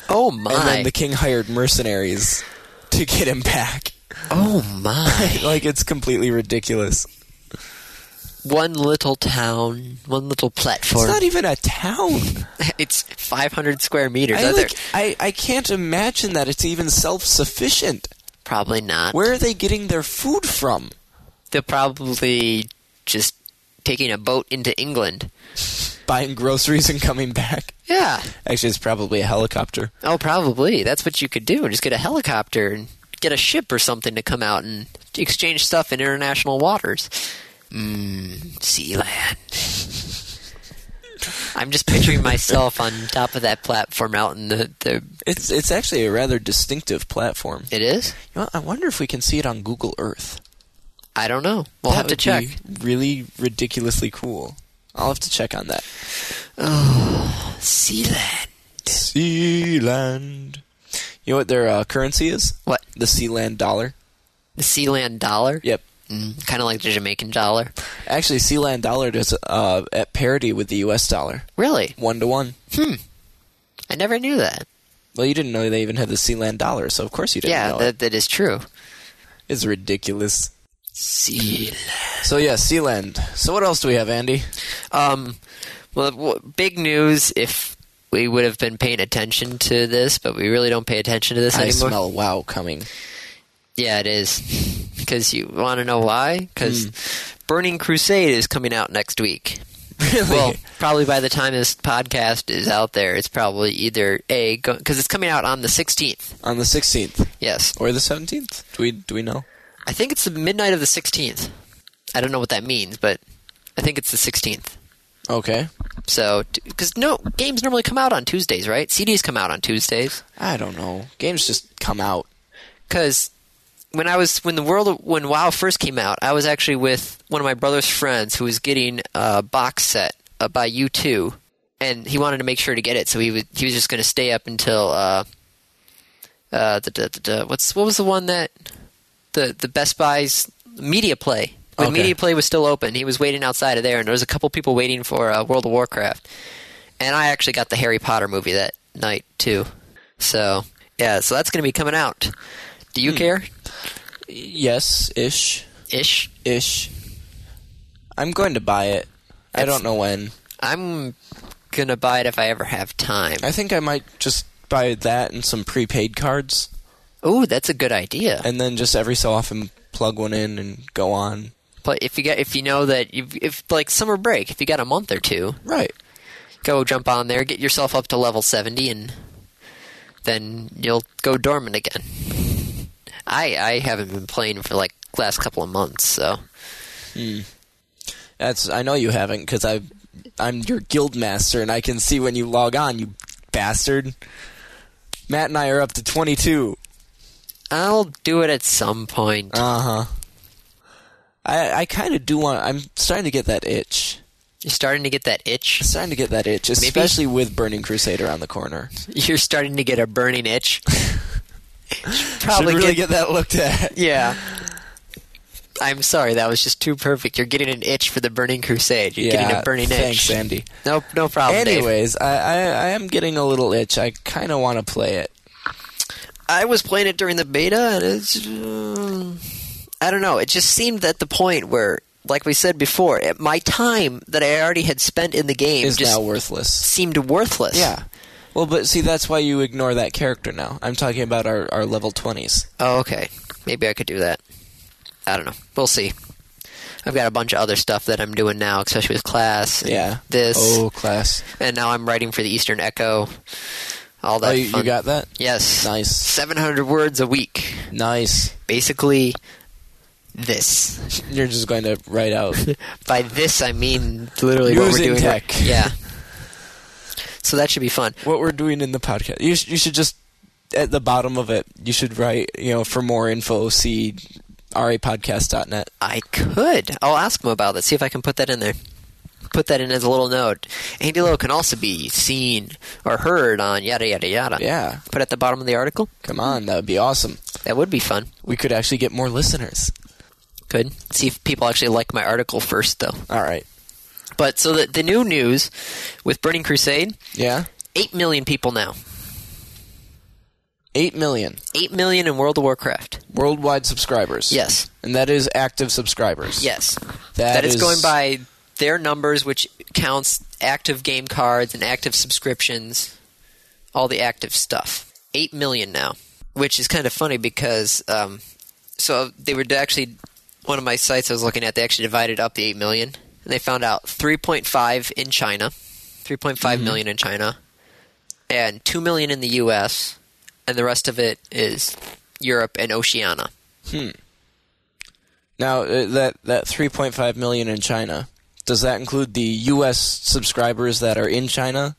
S1: oh my!
S2: and then the king hired mercenaries to get him back.
S1: oh my!
S2: Like it's completely ridiculous.
S1: one little town, one little
S2: It's
S1: platform.
S2: not even a town.
S1: It's 500 square meters.
S2: I,
S1: Are there-
S2: like, I, I can't imagine that it's even self sufficient.
S1: probably not.
S2: Where are they getting their food from?
S1: They're probably just taking a boat into England.
S2: Buying groceries and coming back.
S1: Yeah.
S2: Actually, it's probably a helicopter.
S1: Oh, probably. That's what you could do. Just get a helicopter and get a ship or something to come out and exchange stuff in international waters. Mmm, Sealand. I'm just picturing myself on top of that platform out in the. the
S2: It's it's actually a rather distinctive platform.
S1: it is?
S2: You know, I wonder if we can see it on Google Earth.
S1: I don't know. We'll
S2: That
S1: have to
S2: would
S1: check.
S2: Be really ridiculously cool. I'll have to check on that.
S1: Sealand.
S2: Sealand. You know what their uh, currency is?
S1: What?
S2: The Sealand dollar.
S1: The Sealand dollar?
S2: Yep.
S1: Mm, kind of like the Jamaican dollar.
S2: Actually, Sealand dollar is uh, at parity with the U.S. dollar,
S1: Really?
S2: one to one.
S1: I never knew that.
S2: Well, you didn't know they even had the Sealand dollar, so of course you didn't
S1: yeah,
S2: know. it.
S1: that, that is true.
S2: It's ridiculous.
S1: Seal.
S2: So yeah, Sealand. So what else do we have, Andy?
S1: Um, well, w- big news if we would have been paying attention to this, but we really don't pay attention to this
S2: I
S1: anymore.
S2: smell wow coming.
S1: Yeah, it is. Because you want to know why? Because
S2: Hmm.
S1: Burning Crusade is coming out next week.
S2: Really?
S1: Well, probably by the time this podcast is out there, it's probably either A, because it's coming out on the 16th.
S2: On the sixteenth
S1: Yes.
S2: or the seventeenth? Do we do we know?
S1: I think it's the midnight of the 16th. I don't know what that means, but I think it's the 16th.
S2: Okay.
S1: So, because no games normally come out on Tuesdays, right? CDs come out on Tuesdays.
S2: I don't know. Games just come out.
S1: Because when I was when the world when WoW first came out, I was actually with one of my brother's friends who was getting a box set uh, by U2, and he wanted to make sure to get it, so he was he was just going to stay up until uh, uh, the, the, the, the- what's what was the one that the the Best Buy's Media Play. When
S2: Okay.
S1: Media Play was still open, he was waiting outside of there, and there was a couple people waiting for uh, World of Warcraft. And I actually got the Harry Potter movie that night too. So yeah, so that's going to be coming out. Do you care?
S2: Yes, ish,
S1: Ish.
S2: ish. I'm going to buy it. I
S1: That's-
S2: don't know when.
S1: I'm gonna buy it if I ever have time.
S2: I think I might just buy that and some prepaid cards,
S1: Ooh, that's a good idea.
S2: and then just every so often plug one in and go on.
S1: But if you get if you know that you if like summer break, if you got a month or two,
S2: Right.
S1: go jump on there, get yourself up to level 70, and then you'll go dormant again. I I haven't been playing for like last couple of months, so
S2: That's I know you haven't because I I'm your guild master and I can see when you log on, you bastard. Matt and I are up to 22.
S1: I'll do it at some point.
S2: Uh huh. I I kind of do want. I'm starting to get that itch.
S1: You're starting to get that itch.
S2: Starting to get that itch, especially with Burning Crusade around the corner.
S1: You're starting to get a burning itch. Should Probably
S2: Should really get that looked at.
S1: Yeah. I'm sorry, that was just too perfect. You're getting an itch for the Burning Crusade. You're getting a burning
S2: thanks,
S1: itch.
S2: Andy.
S1: Nope, no problem. Dave.
S2: Anyways, I, I I am getting a little itch. I kind of want to play it.
S1: I was playing it during the beta, and it's. Uh, I don't know. It just seemed at the point where, like we said before, it, my time that I already had spent in the game
S2: Is
S1: just
S2: now worthless.
S1: seemed worthless.
S2: Yeah. Well, but see, that's why you ignore that character now. I'm talking about our, our level 20s.
S1: Oh, okay. Maybe I could do that. I don't know. We'll see. I've got a bunch of other stuff that I'm doing now, especially with class. and
S2: Yeah.
S1: This.
S2: Oh, class.
S1: And now I'm writing for the Eastern Echo. All that
S2: oh, you, you
S1: fun-
S2: got that?
S1: Yes.
S2: Nice.
S1: 700 words a week.
S2: Nice.
S1: Basically, this.
S2: You're just going to write out.
S1: By this, I mean literally what
S2: Using
S1: we're doing.
S2: tech.
S1: right- Yeah. So that should be fun.
S2: what we're doing in the podcast. You, sh- you should just at the bottom of it. You should write, you know, for more info, see rapodcast.net.
S1: I could. I'll ask him about it. See if I can put that in there. Put that in as a little note. Andy Lowe can also be seen or heard on yada yada yada.
S2: Yeah,
S1: Put at the bottom of the article.
S2: come on, that would be awesome.
S1: That would be fun.
S2: We could actually get more listeners.
S1: Good. See if people actually like my article first, though.
S2: All right.
S1: But so the, the new news with Burning Crusade,
S2: Yeah,
S1: eight million people now.
S2: eight million
S1: Eight million in World of Warcraft.
S2: worldwide subscribers.
S1: Yes.
S2: and that is active subscribers.
S1: Yes.
S2: That
S1: that is,
S2: is-
S1: going by their numbers, which counts active game cards and active subscriptions, all the active stuff. Eight million now, which is kind of funny because um, so they were actually one of my sites I was looking at. They actually divided up the eight million, and they found out three point five in China, three point five million in China, and two million in the U.S., and the rest of it is Europe and Oceania.
S2: Now uh, that that 3.5 million in China. Does that include the U.S. subscribers that are in China?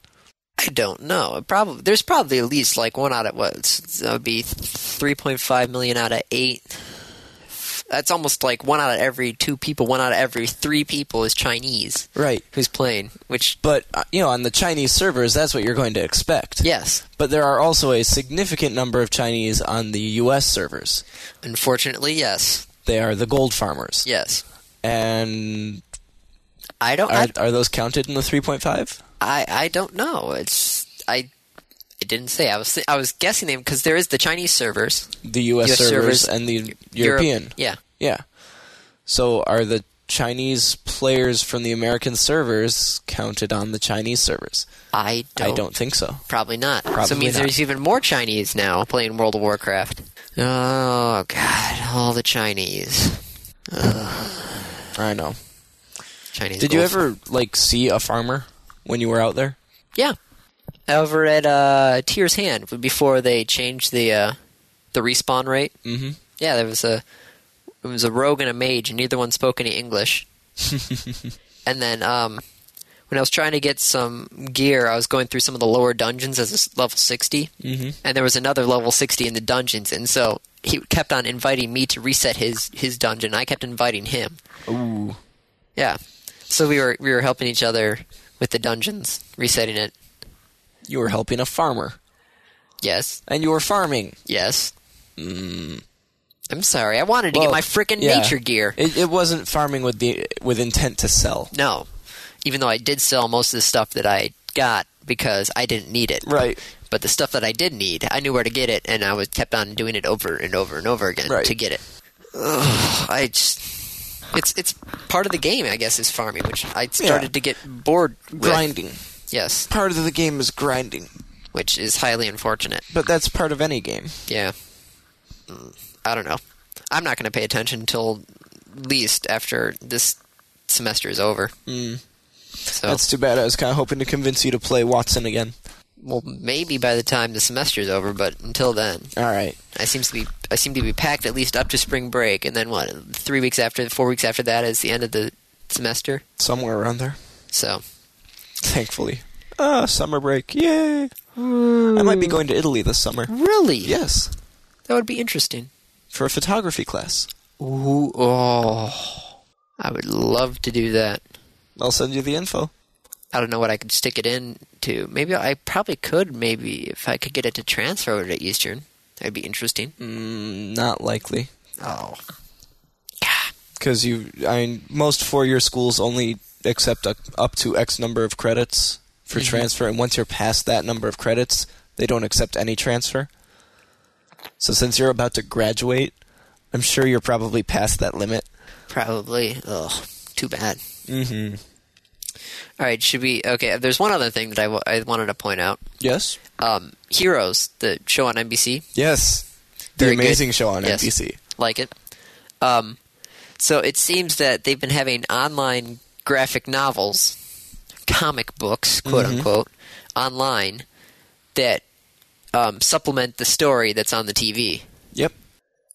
S1: I don't know. It Probably there's probably at least like one out of what that would be three point five million out of eight. That's almost like one out of every two people, one out of every three people is Chinese
S2: Right.
S1: who's playing. Which
S2: But uh, you know, on the Chinese servers, that's what you're going to expect.
S1: yes,
S2: But there are also a significant number of Chinese on the U.S. servers.
S1: unfortunately, yes,
S2: They are the gold farmers.
S1: yes.
S2: And
S1: I don't.
S2: are,
S1: Oh, I,
S2: are those counted in the 3.5?
S1: I I don't know. It's I. I didn't say. I was I was guessing them because there is the Chinese servers,
S2: The U.S.
S1: US
S2: servers,
S1: servers,
S2: and the
S1: Europe-
S2: European.
S1: yeah,
S2: Yeah. So are the Chinese players from the American servers counted on the Chinese servers?
S1: I
S2: I don't think so.
S1: Probably not. so
S2: Probably
S1: it means
S2: not.
S1: there's even more Chinese now playing World of Warcraft. Oh God, all the Chinese.
S2: I know.
S1: Chinese.
S2: Did you
S1: gold.
S2: ever like see a farmer when you were out there?
S1: Yeah, over at uh, Tears Hand before they changed the uh, the respawn rate.
S2: Mhm.
S1: Yeah, there was a it was a rogue and a mage, and neither one spoke any English. and then um, when I was trying to get some gear, I was going through some of the lower dungeons as a s- level 60
S2: Mhm.
S1: and there was another level sixty in the dungeons, and so he kept on inviting me to reset his his dungeon. I kept inviting him.
S2: Ooh.
S1: Yeah, so we were we were helping each other with the dungeons, resetting it.
S2: You were helping a farmer
S1: Yes,
S2: and you were farming.
S1: yes. I'm sorry. I wanted to get
S2: Mm. Well,
S1: my frickin'
S2: yeah.
S1: nature gear.
S2: It, it wasn't farming with the with intent to sell.
S1: No, even though I did sell most of the stuff that I got because I didn't need it.
S2: Right.
S1: But the stuff that I did need, I knew where to get it, and I was kept on doing it over and over and over again
S2: Right.
S1: to get it. Ugh, I just. It's it's part of the game, I guess, is farming, which I started to get bored with.
S2: Grinding.
S1: Yes,
S2: Part of the game is grinding,
S1: which is highly unfortunate.
S2: but that's part of any game.
S1: Yeah. Mm, I don't know. I'm not going to pay attention until least after this semester is over. So,
S2: Mm. That's too bad. I was kind of hoping to convince you to play Watson again.
S1: well, maybe by the time the semester is over, but until then,
S2: All right.
S1: I seems to be I seem to be packed at least up to spring break, and then what? Three weeks after, four weeks after that is the end of the semester.
S2: Somewhere around there.
S1: So
S2: Thankfully. Ah, summer break. Yay. I might be going to Italy this summer.
S1: Really?
S2: Yes,
S1: That would be interesting.
S2: for a photography class.
S1: Ooh, oh. I would love to do that.
S2: I'll send you the info.
S1: I don't know what I could stick it in to. Maybe I probably could, maybe, if I could get it to transfer over to Eastern. That'd be interesting.
S2: Mm, not likely.
S1: Oh.
S2: because you I mean most four year schools only accept up, up to X number of credits for
S1: Mm-hmm.
S2: transfer, and once you're past that number of credits, they don't accept any transfer. So since you're about to graduate, I'm sure you're probably past that limit.
S1: Probably. Ugh. Too bad.
S2: Mm-hmm.
S1: All right, should we? Okay, there's one other thing that I wa- I wanted to point out.
S2: Yes.
S1: Um, Heroes, the show on NBC,
S2: Yes. The
S1: Very good.
S2: amazing show on
S1: Yes.
S2: NBC.
S1: like it. Um, so it seems that they've been having online graphic novels, comic books, quote
S2: Mm-hmm.
S1: unquote, online that um, supplement the story that's on the TV.
S2: Yep.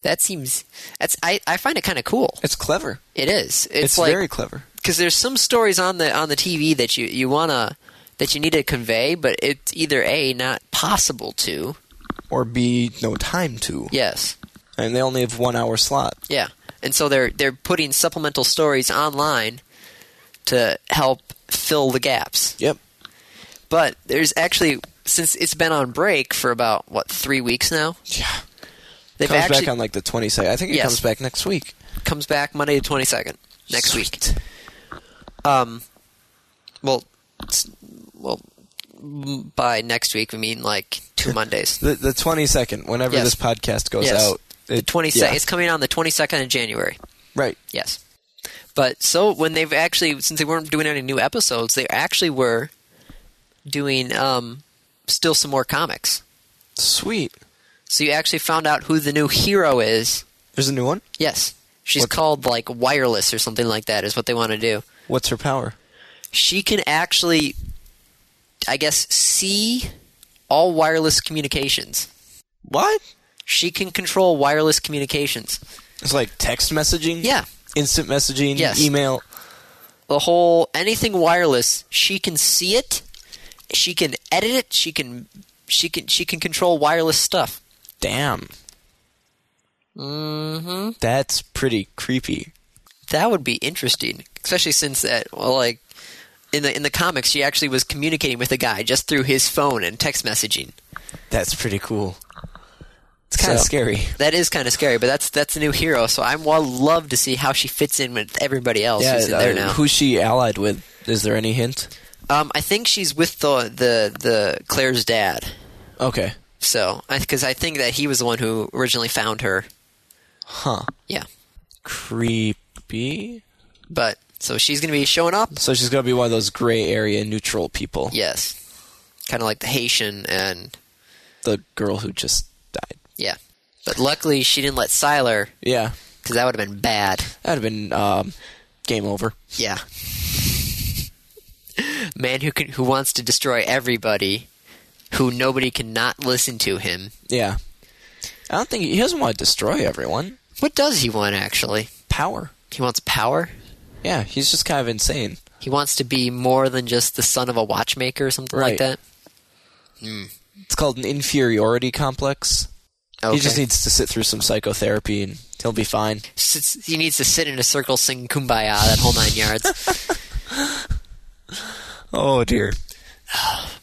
S1: That seems that's I, I find it kind of cool.
S2: It's clever.
S1: It is. It's,
S2: It's,
S1: like
S2: very clever.
S1: because there's some stories on the on the TV that you you wanna that you need to convey, but it's either a not possible to.
S2: Or B, no time to.
S1: Yes,
S2: And they only have one hour slot.
S1: yeah, and so they're they're putting supplemental stories online to help fill the gaps.
S2: Yep.
S1: But there's actually since it's been on break for about what three weeks now,
S2: Yeah.
S1: they've
S2: comes
S1: actually
S2: back on like the 22nd. I think it
S1: Yes.
S2: comes back next week.
S1: comes back Monday the twenty second next week.
S2: Sweet.
S1: Um, well, s- well, m- by next week we mean like two Mondays.
S2: The the twenty second, whenever
S1: Yes.
S2: this podcast goes
S1: Yes.
S2: out,
S1: the
S2: it-
S1: twenty second.
S2: yeah.
S1: It's coming on the twenty second of January.
S2: right?
S1: Yes, but so when they've actually, since they weren't doing any new episodes, they actually were doing um, still some more comics.
S2: Sweet.
S1: So you actually found out who the new hero is.
S2: There's a new one.
S1: Yes, she's
S2: What-
S1: called like Wireless or something like that. Is what they want to do.
S2: What's her power?
S1: she can actually, I guess, see all wireless communications.
S2: What?
S1: She can control wireless communications.
S2: It's like text messaging.
S1: Yeah,
S2: Instant messaging.
S1: Yes.
S2: Email.
S1: the whole anything wireless, she can see it. She can edit it. She can she can she can control wireless stuff.
S2: Damn.
S1: Mm-hmm.
S2: That's pretty creepy.
S1: That would be interesting, especially since that well, like in the in the comics, she actually was communicating with a guy just through his phone and text messaging.
S2: That's pretty cool. It's kind of
S1: So-
S2: scary.
S1: That is kind of scary, but that's that's a new hero. So I'm well love to see how she fits in with everybody else who's in
S2: uh,
S1: there now.
S2: Who's she allied with? Is there any hint?
S1: um, I think she's with the the the Claire's dad.
S2: Okay.
S1: So because I think that he was the one who originally found her.
S2: Huh.
S1: Yeah,
S2: Creepy.
S1: but so she's gonna be showing up.
S2: So she's gonna be one of those gray area neutral people.
S1: Yes, kind of like the Haitian and
S2: The girl who just died.
S1: yeah. But luckily she didn't let Siler
S2: Yeah.
S1: because that would have been bad.
S2: That'd have been um, game over.
S1: Yeah. Man who can who wants to destroy everybody, who nobody can not listen to him.
S2: Yeah. I don't think he doesn't want to destroy everyone.
S1: What does he want actually?
S2: Power.
S1: He wants power.
S2: Yeah, he's just kind of insane.
S1: He wants to be more than just the son of a watchmaker or something like
S2: Right.
S1: that.
S2: It's called an inferiority complex.
S1: Okay.
S2: He just needs to sit through some psychotherapy and he'll be fine.
S1: Sits- he needs to sit in a circle, sing "Kumbaya," that whole nine yards.
S2: Oh dear.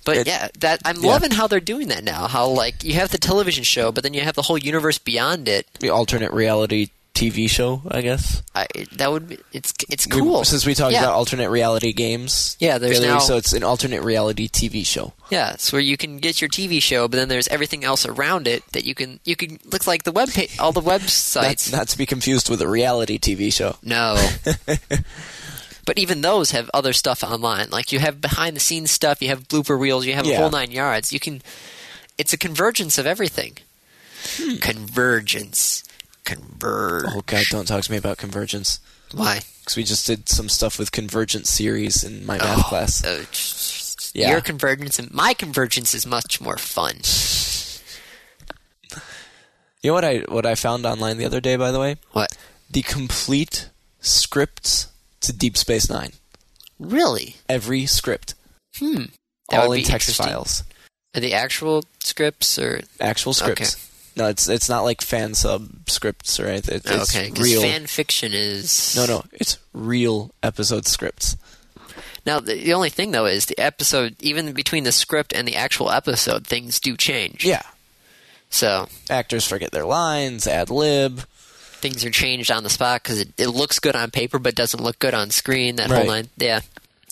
S1: But
S2: It-
S1: yeah, that I'm
S2: yeah.
S1: loving how they're doing that now. How like you have the television show, but then you have the whole universe beyond it.
S2: The alternate reality TV show, I guess.
S1: I, that would be, it's it's
S2: We-
S1: cool.
S2: since we talked
S1: Yeah.
S2: about alternate reality games.
S1: Yeah, there's
S2: the other week,
S1: now-
S2: so it's an alternate reality TV show.
S1: yeah, it's where you can get your TV show, but then there's everything else around it that you can you can looks like the web page, all the websites.
S2: Not, not to be confused with a reality TV show.
S1: No. but even those have other stuff online. Like you have behind the scenes stuff, you have blooper reels, you have a
S2: Yeah.
S1: whole nine yards. You can it's a convergence of everything. Convergence. Converge.
S2: Hmm. Oh god, don't talk to me about convergence.
S1: Why?
S2: Because we just did some stuff with convergent series in my math class.
S1: Uh, sh-
S2: Yeah.
S1: Your convergence and my convergence is much more fun.
S2: You know what I what I found online the other day, by the way?
S1: What?
S2: the complete scripts to Deep Space Nine.
S1: Really?
S2: Every script,
S1: Hmm. That
S2: all
S1: would
S2: in
S1: be
S2: text
S1: interesting.
S2: files.
S1: Are they actual scripts or
S2: Actual scripts. No, it's it's not like fan sub scripts or anything. It's, it's
S1: okay? Because
S2: real.
S1: fan fiction is
S2: no, no, it's real episode scripts.
S1: Now the, the only thing though is the episode, even between the script and the actual episode, things do change.
S2: Yeah,
S1: So
S2: actors forget their lines, ad lib.
S1: things are changed on the spot because it, it looks good on paper but doesn't look good on screen. That
S2: Right.
S1: whole line. Yeah,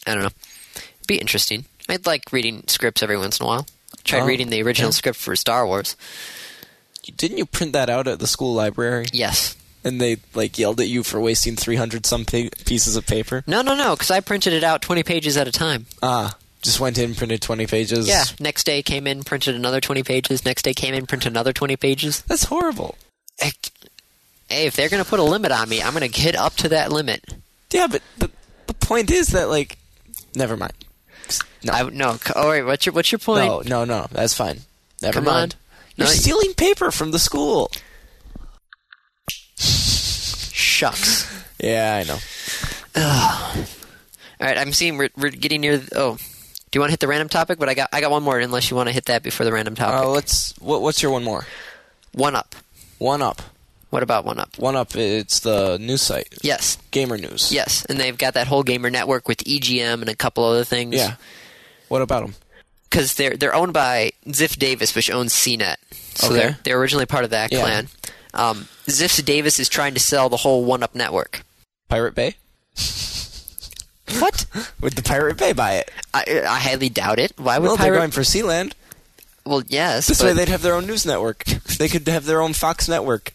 S1: I don't know. Be interesting. I'd like reading scripts every once in a while. Tried
S2: Oh,
S1: reading the original
S2: yeah.
S1: script for Star Wars.
S2: Didn't you print that out at the school library?
S1: Yes.
S2: And they like yelled at you for wasting three hundred some pa- pieces of paper.
S1: No, no, no. Because I printed it out twenty pages at a time.
S2: Ah, just went in, printed twenty pages.
S1: Yeah. Next day came in, printed another twenty pages. Next day came in, printed another twenty pages.
S2: that's horrible.
S1: Heck, Hey, if they're gonna put a limit on me, I'm gonna get up to that limit.
S2: Yeah, but the the point is that like, never mind. No,
S1: I no. c- All right. What's your what's your point?
S2: no, no, no. That's fine. Never
S1: Come
S2: mind.
S1: on.
S2: You're
S1: No, you-
S2: stealing paper from the school.
S1: Shucks.
S2: Yeah, I know.
S1: All right, I'm seeing we're, we're getting near. The, oh, do you want to hit the random topic? But I got I got one more. Unless you want to hit that before the random topic.
S2: Uh, let's. What, what's your one more?
S1: one up.
S2: One up.
S1: What about one up?
S2: One up. It's the news site,
S1: Yes,
S2: Gamer News.
S1: yes, and they've got that whole gamer network with EGM and a couple other things.
S2: Yeah. What about them?
S1: because they're they're owned by Ziff Davis, which owns CNET. So
S2: Okay.
S1: they're they're originally part of that
S2: Yeah.
S1: clan. Um, Ziff Davis is trying to sell the whole one up network.
S2: Pirate Bay.
S1: What?
S2: Would the Pirate Bay buy it?
S1: I, I highly doubt it. Why would
S2: well, they're
S1: pirate?
S2: going for Sealand.
S1: Well, yes,
S2: This
S1: but-
S2: way, they'd have their own news network. They could have their own Fox network.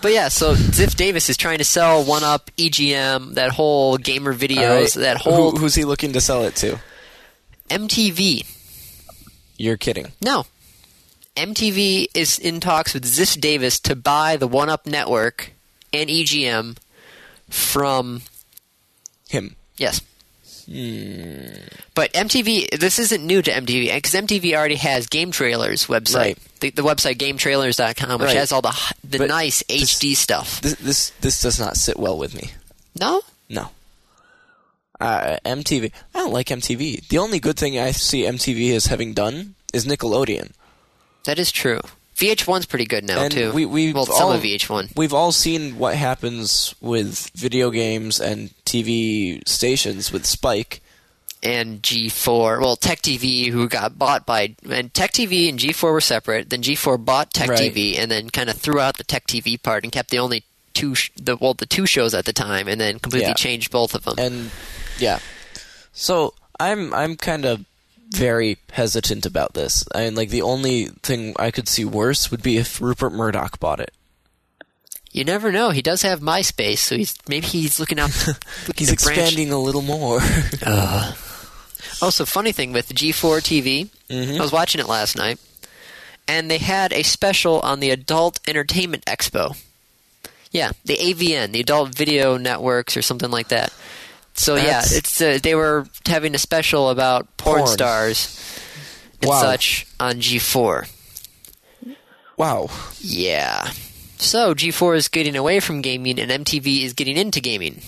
S1: But yeah, so Ziff Davis is trying to sell One Up, EGM, that whole gamer videos,
S2: All right.
S1: that whole
S2: Who, who's he looking to sell it to?
S1: MTV.
S2: You're kidding.
S1: No, MTV is in talks with Ziff Davis to buy the One Up network and EGM from
S2: Him.
S1: yes.
S2: Hmm.
S1: But MTV, this isn't new to MTV because MTV already has Game Trailers website,
S2: Right.
S1: the, the website GameTrailers.com, which
S2: Right.
S1: has all the h- the
S2: But
S1: nice HD stuff.
S2: This this this does not sit well with me.
S1: No,
S2: No. Uh, MTV. I don't like MTV. The only good thing I see MTV as having done is Nickelodeon.
S1: that is true. VH1's pretty good now
S2: and
S1: too.
S2: we we
S1: well,
S2: all,
S1: some of VH1.
S2: We've all seen what happens with video games and TV stations with Spike.
S1: and G4. Well, Tech TV, who got bought by and Tech TV and G4 were separate. Then G4 bought Tech
S2: Right.
S1: TV and then kind of threw out the Tech TV part and kept the only two sh- the well the two shows at the time and then completely
S2: Yeah.
S1: changed both of them.
S2: and yeah. So I'm I'm kind of very hesitant about this. I mean, like the only thing I could see worse would be if Rupert Murdoch bought it.
S1: you never know. He does have MySpace, so he's maybe he's looking out. looking
S2: He's
S1: to branch-
S2: expanding a little more.
S1: Also, funny thing with G4 TV,
S2: Mm-hmm.
S1: I was watching it last night, and they had a special on the Adult Entertainment Expo. Yeah, the AVN, the Adult Video Networks, or something like that. So
S2: That's-
S1: yeah, it's uh, they were having a special about porn,
S2: Porn.
S1: stars and
S2: Wow.
S1: such on G4.
S2: wow.
S1: Yeah. So G4 is getting away from gaming, and MTV is getting into gaming.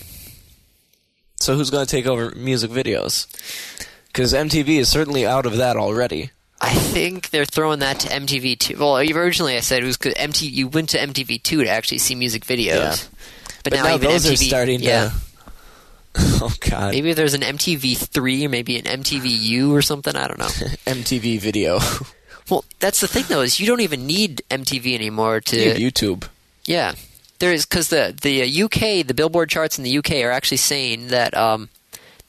S2: So who's going to take over music videos? Because MTV is certainly out of that already.
S1: I think they're throwing that to MTV two. Well, originally I said it was cause MT. You went to MTV two to actually see music videos,
S2: Yeah.
S1: but,
S2: But now,
S1: even
S2: those
S1: MTV,
S2: are starting
S1: yeah,
S2: to. Oh God,
S1: maybe there's an MTV three or maybe an MTV U or something. I don't know.
S2: MTV video,
S1: well, that's the thing though is you don't even need MTV anymore to
S2: YouTube.
S1: yeah. There is because the the uh, UK the Billboard charts in the UK are actually saying that um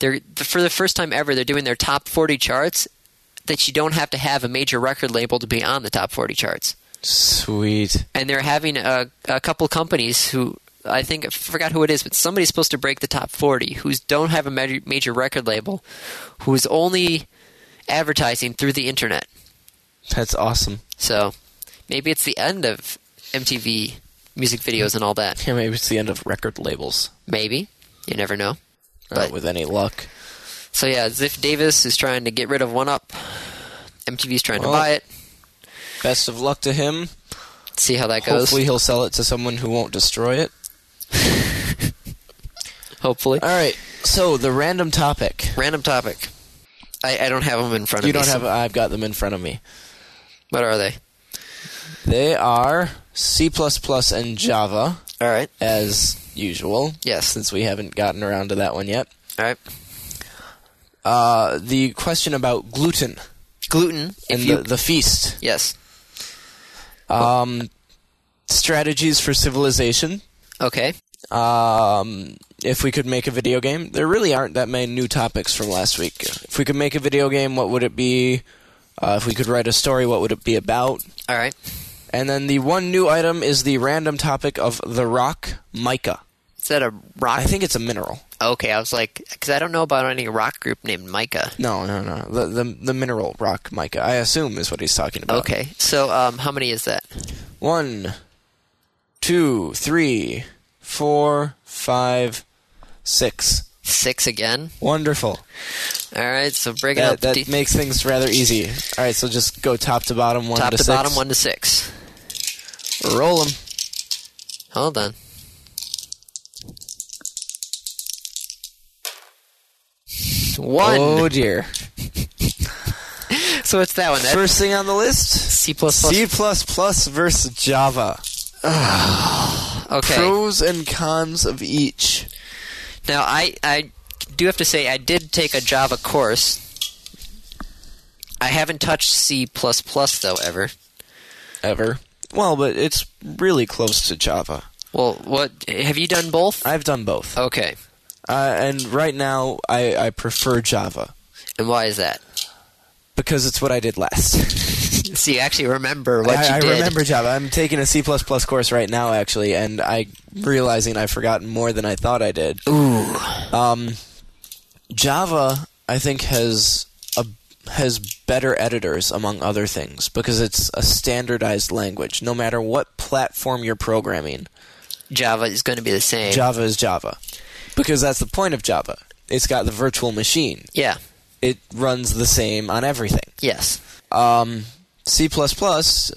S1: they're for the first time ever they're doing their top forty charts that you don't have to have a major record label to be on the top forty charts.
S2: Sweet.
S1: and they're having a, a couple companies who I think I forgot who it is, but somebody's supposed to break the top forty who don't have a major, major record label, who's only advertising through the internet.
S2: That's awesome.
S1: So maybe it's the end of MTV music videos and all that.
S2: Yeah, maybe it's the end of record labels.
S1: Maybe you never know.
S2: Not
S1: But-
S2: with any luck.
S1: So yeah, Ziff Davis is trying to get rid of One Up. MTV's trying
S2: Well,
S1: to buy it.
S2: Best of luck to him.
S1: See how that goes.
S2: Hopefully, he'll sell it to someone who won't destroy it.
S1: Hopefully.
S2: All right. So the random topic.
S1: Random topic. I, I don't have them in front
S2: You
S1: of me.
S2: don't
S1: so-
S2: have. I've got them in front of me.
S1: What are they?
S2: They are C and Java,
S1: All right.
S2: as usual.
S1: Yes.
S2: Since we haven't gotten around to that one yet.
S1: All right.
S2: Uh, the question about gluten
S1: Gluten. If
S2: and
S1: you
S2: the, the feast.
S1: yes.
S2: Um, strategies for civilization.
S1: Okay.
S2: Um, if we could make a video game, there really aren't that many new topics from last week. If we could make a video game, what would it be? Uh, if we could write a story, what would it be about?
S1: All right.
S2: And then the one new item is the random topic of the rock mica.
S1: Is that a rock?
S2: I think it's a mineral.
S1: okay. I was like, because I don't know about any rock group named Micah.
S2: No, no, no. The the, the mineral rock mica. I assume is what he's talking about.
S1: Okay. So, um, how many is that?
S2: One, two, three, four, five, six.
S1: Six again.
S2: Wonderful.
S1: All right. So break it up.
S2: That, that
S1: de-
S2: makes things rather easy. All right, so just go top to bottom, one
S1: top
S2: to,
S1: to
S2: six.
S1: bottom, one to six.
S2: Roll them.
S1: Hold on. One.
S2: Oh dear.
S1: So what's that one? That's
S2: First thing on the list:
S1: C plus plus.
S2: C plus plus versus Java.
S1: okay.
S2: Pros and cons of each.
S1: Now I I do have to say I did take a Java course. I haven't touched C plus plus though ever.
S2: Ever. Well, but it's really close to Java.
S1: Well, what have you done both?
S2: I've done both, uh,
S1: Okay,
S2: and right now I, I prefer Java
S1: and why is that?
S2: because it's what I did last.
S1: So you actually remember what
S2: I,
S1: you
S2: I
S1: did?
S2: remember Java. I'm taking a C course right now, actually, and I realizing I've forgotten more than I thought I did.
S1: Ooh,
S2: Um, Java, I think, has a has better editors among other things because it's a standardized language. No matter what platform you're programming,
S1: Java is going to be the same.
S2: Java is Java because that's the point of Java. It's got the virtual machine.
S1: yeah.
S2: It runs the same on everything.
S1: Yes.
S2: Um, C is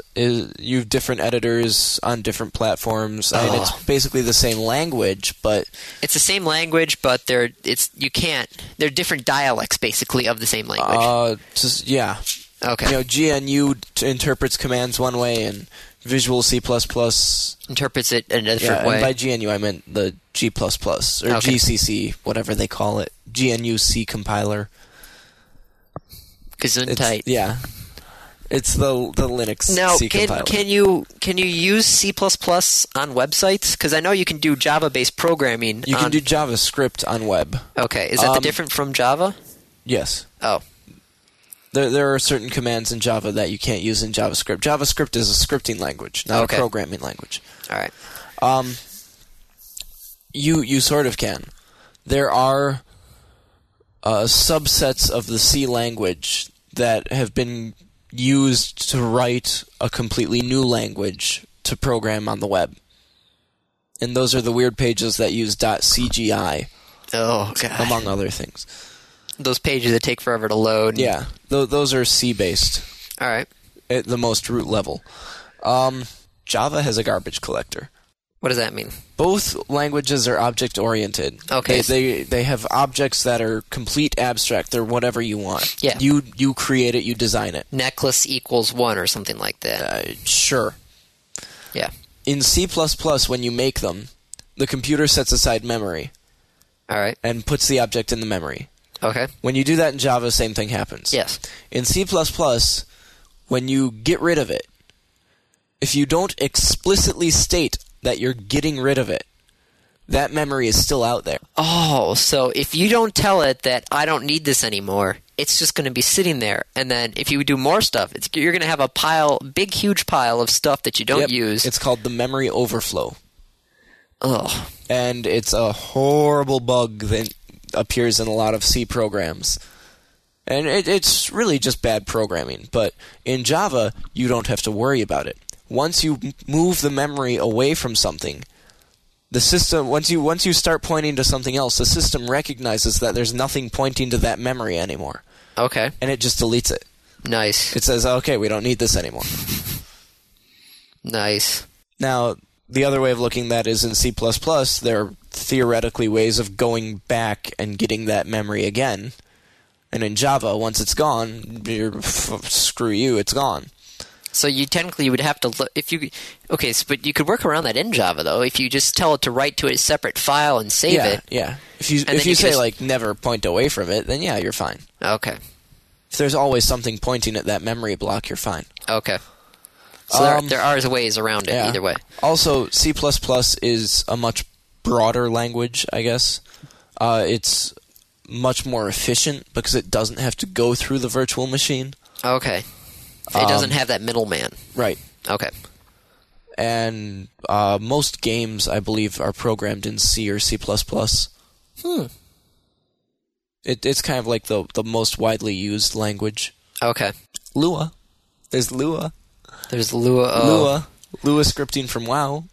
S2: you've different editors on different platforms, and it's
S1: Oh.
S2: basically the same language, but
S1: It's the same language, but they're it's you can't. They're different dialects, basically, of the same language.
S2: uh, just yeah,
S1: okay.
S2: you know, GNU t- interprets commands one way, and Visual C++.
S1: Interprets it in a
S2: Yeah,
S1: different
S2: and
S1: way.
S2: by GNU I meant the G++ or
S1: Okay.
S2: GCC, whatever they call it, GNU C compiler. It's,
S1: Gesundheit.
S2: Yeah, it's the the Linux
S1: Now,
S2: C
S1: can
S2: compiler.
S1: can you can you use C plus plus on websites? Because I know you can do Java based programming.
S2: you can
S1: on-
S2: do JavaScript on web.
S1: Okay, is that the
S2: um,
S1: different from Java?
S2: Yes.
S1: Oh,
S2: There, there are certain commands in Java that you can't use in JavaScript. JavaScript is a scripting language, not
S1: Okay.
S2: a programming language.
S1: all right.
S2: Um, you you sort of can. There are uh, subsets of the C language that have been used to write a completely new language to program on the web, and those are the weird pages that use .cgi
S1: Oh god,
S2: among other things.
S1: those pages that take forever to load.
S2: Yeah, th- those are C based
S1: All right.
S2: at the most root level. Um, Java has a garbage collector.
S1: What does that mean?
S2: both languages are object oriented.
S1: Okay.
S2: They, they they have objects that are complete abstract. They're whatever you want.
S1: Yeah.
S2: You you create it. You design it.
S1: Necklace equals one or something like that.
S2: Uh, sure.
S1: Yeah.
S2: In C when you make them, the computer sets aside memory
S1: All right.
S2: and puts the object in the memory.
S1: Okay.
S2: When you do that in Java, same thing happens.
S1: Yes.
S2: In C when you get rid of it, if you don't explicitly state that you're getting rid of it, that memory is still out there.
S1: Oh, so if you don't tell it that I don't need this anymore, it's just going to be sitting there. And then if you do more stuff, it's, you're going to have a pile, big, huge pile of stuff that you don't
S2: Yep.
S1: use.
S2: It's called the memory overflow,
S1: oh,
S2: and it's a horrible bug that appears in a lot of C programs. And it, it's really just bad programming. But in Java, you don't have to worry about it. Once you m- move the memory away from something, the system once you once you start pointing to something else, the system recognizes that there's nothing pointing to that memory anymore,
S1: okay.
S2: and it just deletes it.
S1: Nice.
S2: It says, "Okay, we don't need this anymore."
S1: Nice.
S2: Now, the other way of looking at that is in C++, there are theoretically ways of going back and getting that memory again. And in Java, once it's gone, you're, f- screw you, it's gone.
S1: So you technically would have to look if you okay, s but you could work around that in Java though if you just tell it to write to a separate file and save
S2: yeah,
S1: it.
S2: yeah. If you
S1: then
S2: if you,
S1: you can
S2: say
S1: just-
S2: like never point away from it, then yeah, you're fine.
S1: Okay,
S2: If there's always something pointing at that memory block, you're fine.
S1: okay. So there,
S2: Um,
S1: there are ways around it
S2: Yeah.
S1: either way.
S2: Also, C is a much broader language, I guess. Uh, it's much more efficient because it doesn't have to go through the virtual machine.
S1: Okay, it
S2: Um,
S1: doesn't have that middleman.
S2: Right.
S1: Okay,
S2: And uh, most games, I believe, are programmed in C or C.
S1: Hmm.
S2: It, it's kind of like the, the most widely used language.
S1: okay.
S2: Lua. There's Lua.
S1: There's Lua. oh.
S2: Lua. Lua scripting from WoW.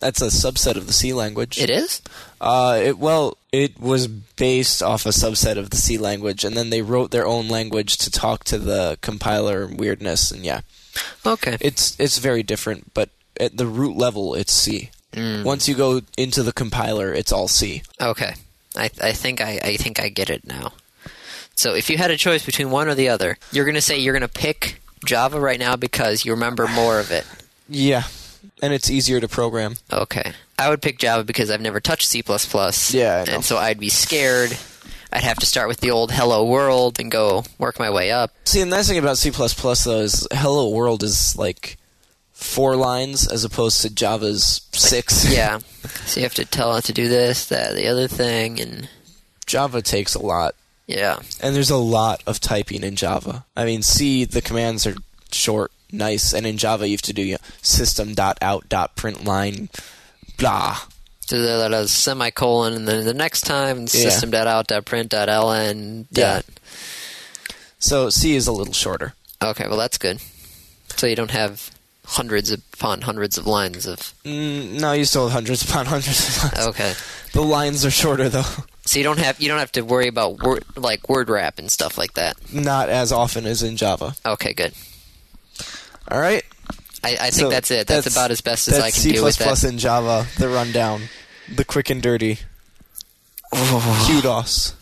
S2: That's a subset of the C language.
S1: It is.
S2: Uh, it, well, it was based off a subset of the C language, and then they wrote their own language to talk to the compiler weirdness. And yeah,
S1: Okay.
S2: it's it's very different, but at the root level, it's C.
S1: Mm.
S2: Once you go into the compiler, it's all C.
S1: Okay. I I think I, I think I get it now. So if you had a choice between one or the other, you're gonna say you're gonna pick Java right now because you remember more of it.
S2: Yeah, and it's easier to program.
S1: Okay. I would pick Java because I've never touched C++.
S2: Yeah, I know.
S1: And so I'd be scared. I'd have to start with the old hello world and go work my way up.
S2: See, the nice thing about C though is Hello World is like four lines as opposed to Java's six.
S1: Yeah. so you have to tell it to do this, that, the other thing and
S2: Java takes a lot.
S1: yeah.
S2: And there's a lot of typing in Java. I mean, C, the commands are short, nice, and in Java you have to do you know, system.out.println, blah.
S1: So the, the semicolon and then the next time system dot out dot print dot ln
S2: Yeah.
S1: dot
S2: So C is a little shorter.
S1: Okay, well that's good. So you don't have hundreds upon hundreds of lines of
S2: Mm, no, you still have hundreds upon hundreds of lines.
S1: okay.
S2: The lines are shorter, though.
S1: So you don't have you don't have to worry about word, like word wrap and stuff like that.
S2: Not as often as in Java.
S1: Okay, good.
S2: All right?
S1: I, I think
S2: So
S1: that's it. That's, about as best as
S2: that's
S1: I can
S2: C++
S1: do with that.
S2: in Java, the rundown, the quick and dirty, QDOS,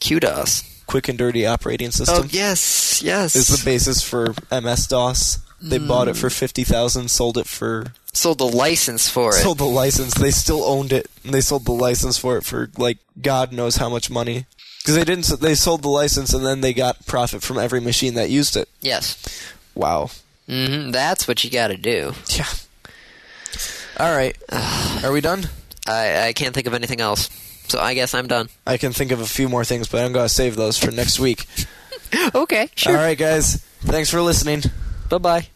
S1: QDOS.
S2: quick and dirty operating system.
S1: Oh yes, yes.
S2: is the basis for MS DOS. They bought
S1: Mm.
S2: it for fifty thousand, sold it for
S1: sold the license for it.
S2: sold the license. They still owned it, and they sold the license for it for like God knows how much money. Because they didn't, s- they sold the license, and then they got profit from every machine that used it.
S1: yes.
S2: Wow.
S1: hmm That's what you got to do.
S2: Yeah. All right. Are we done?
S1: I I can't think of anything else. So I guess I'm done.
S2: I can think of a few more things, but I'm gonna save those for next week.
S1: okay.
S2: All right, guys. Thanks for listening.
S1: Bye bye.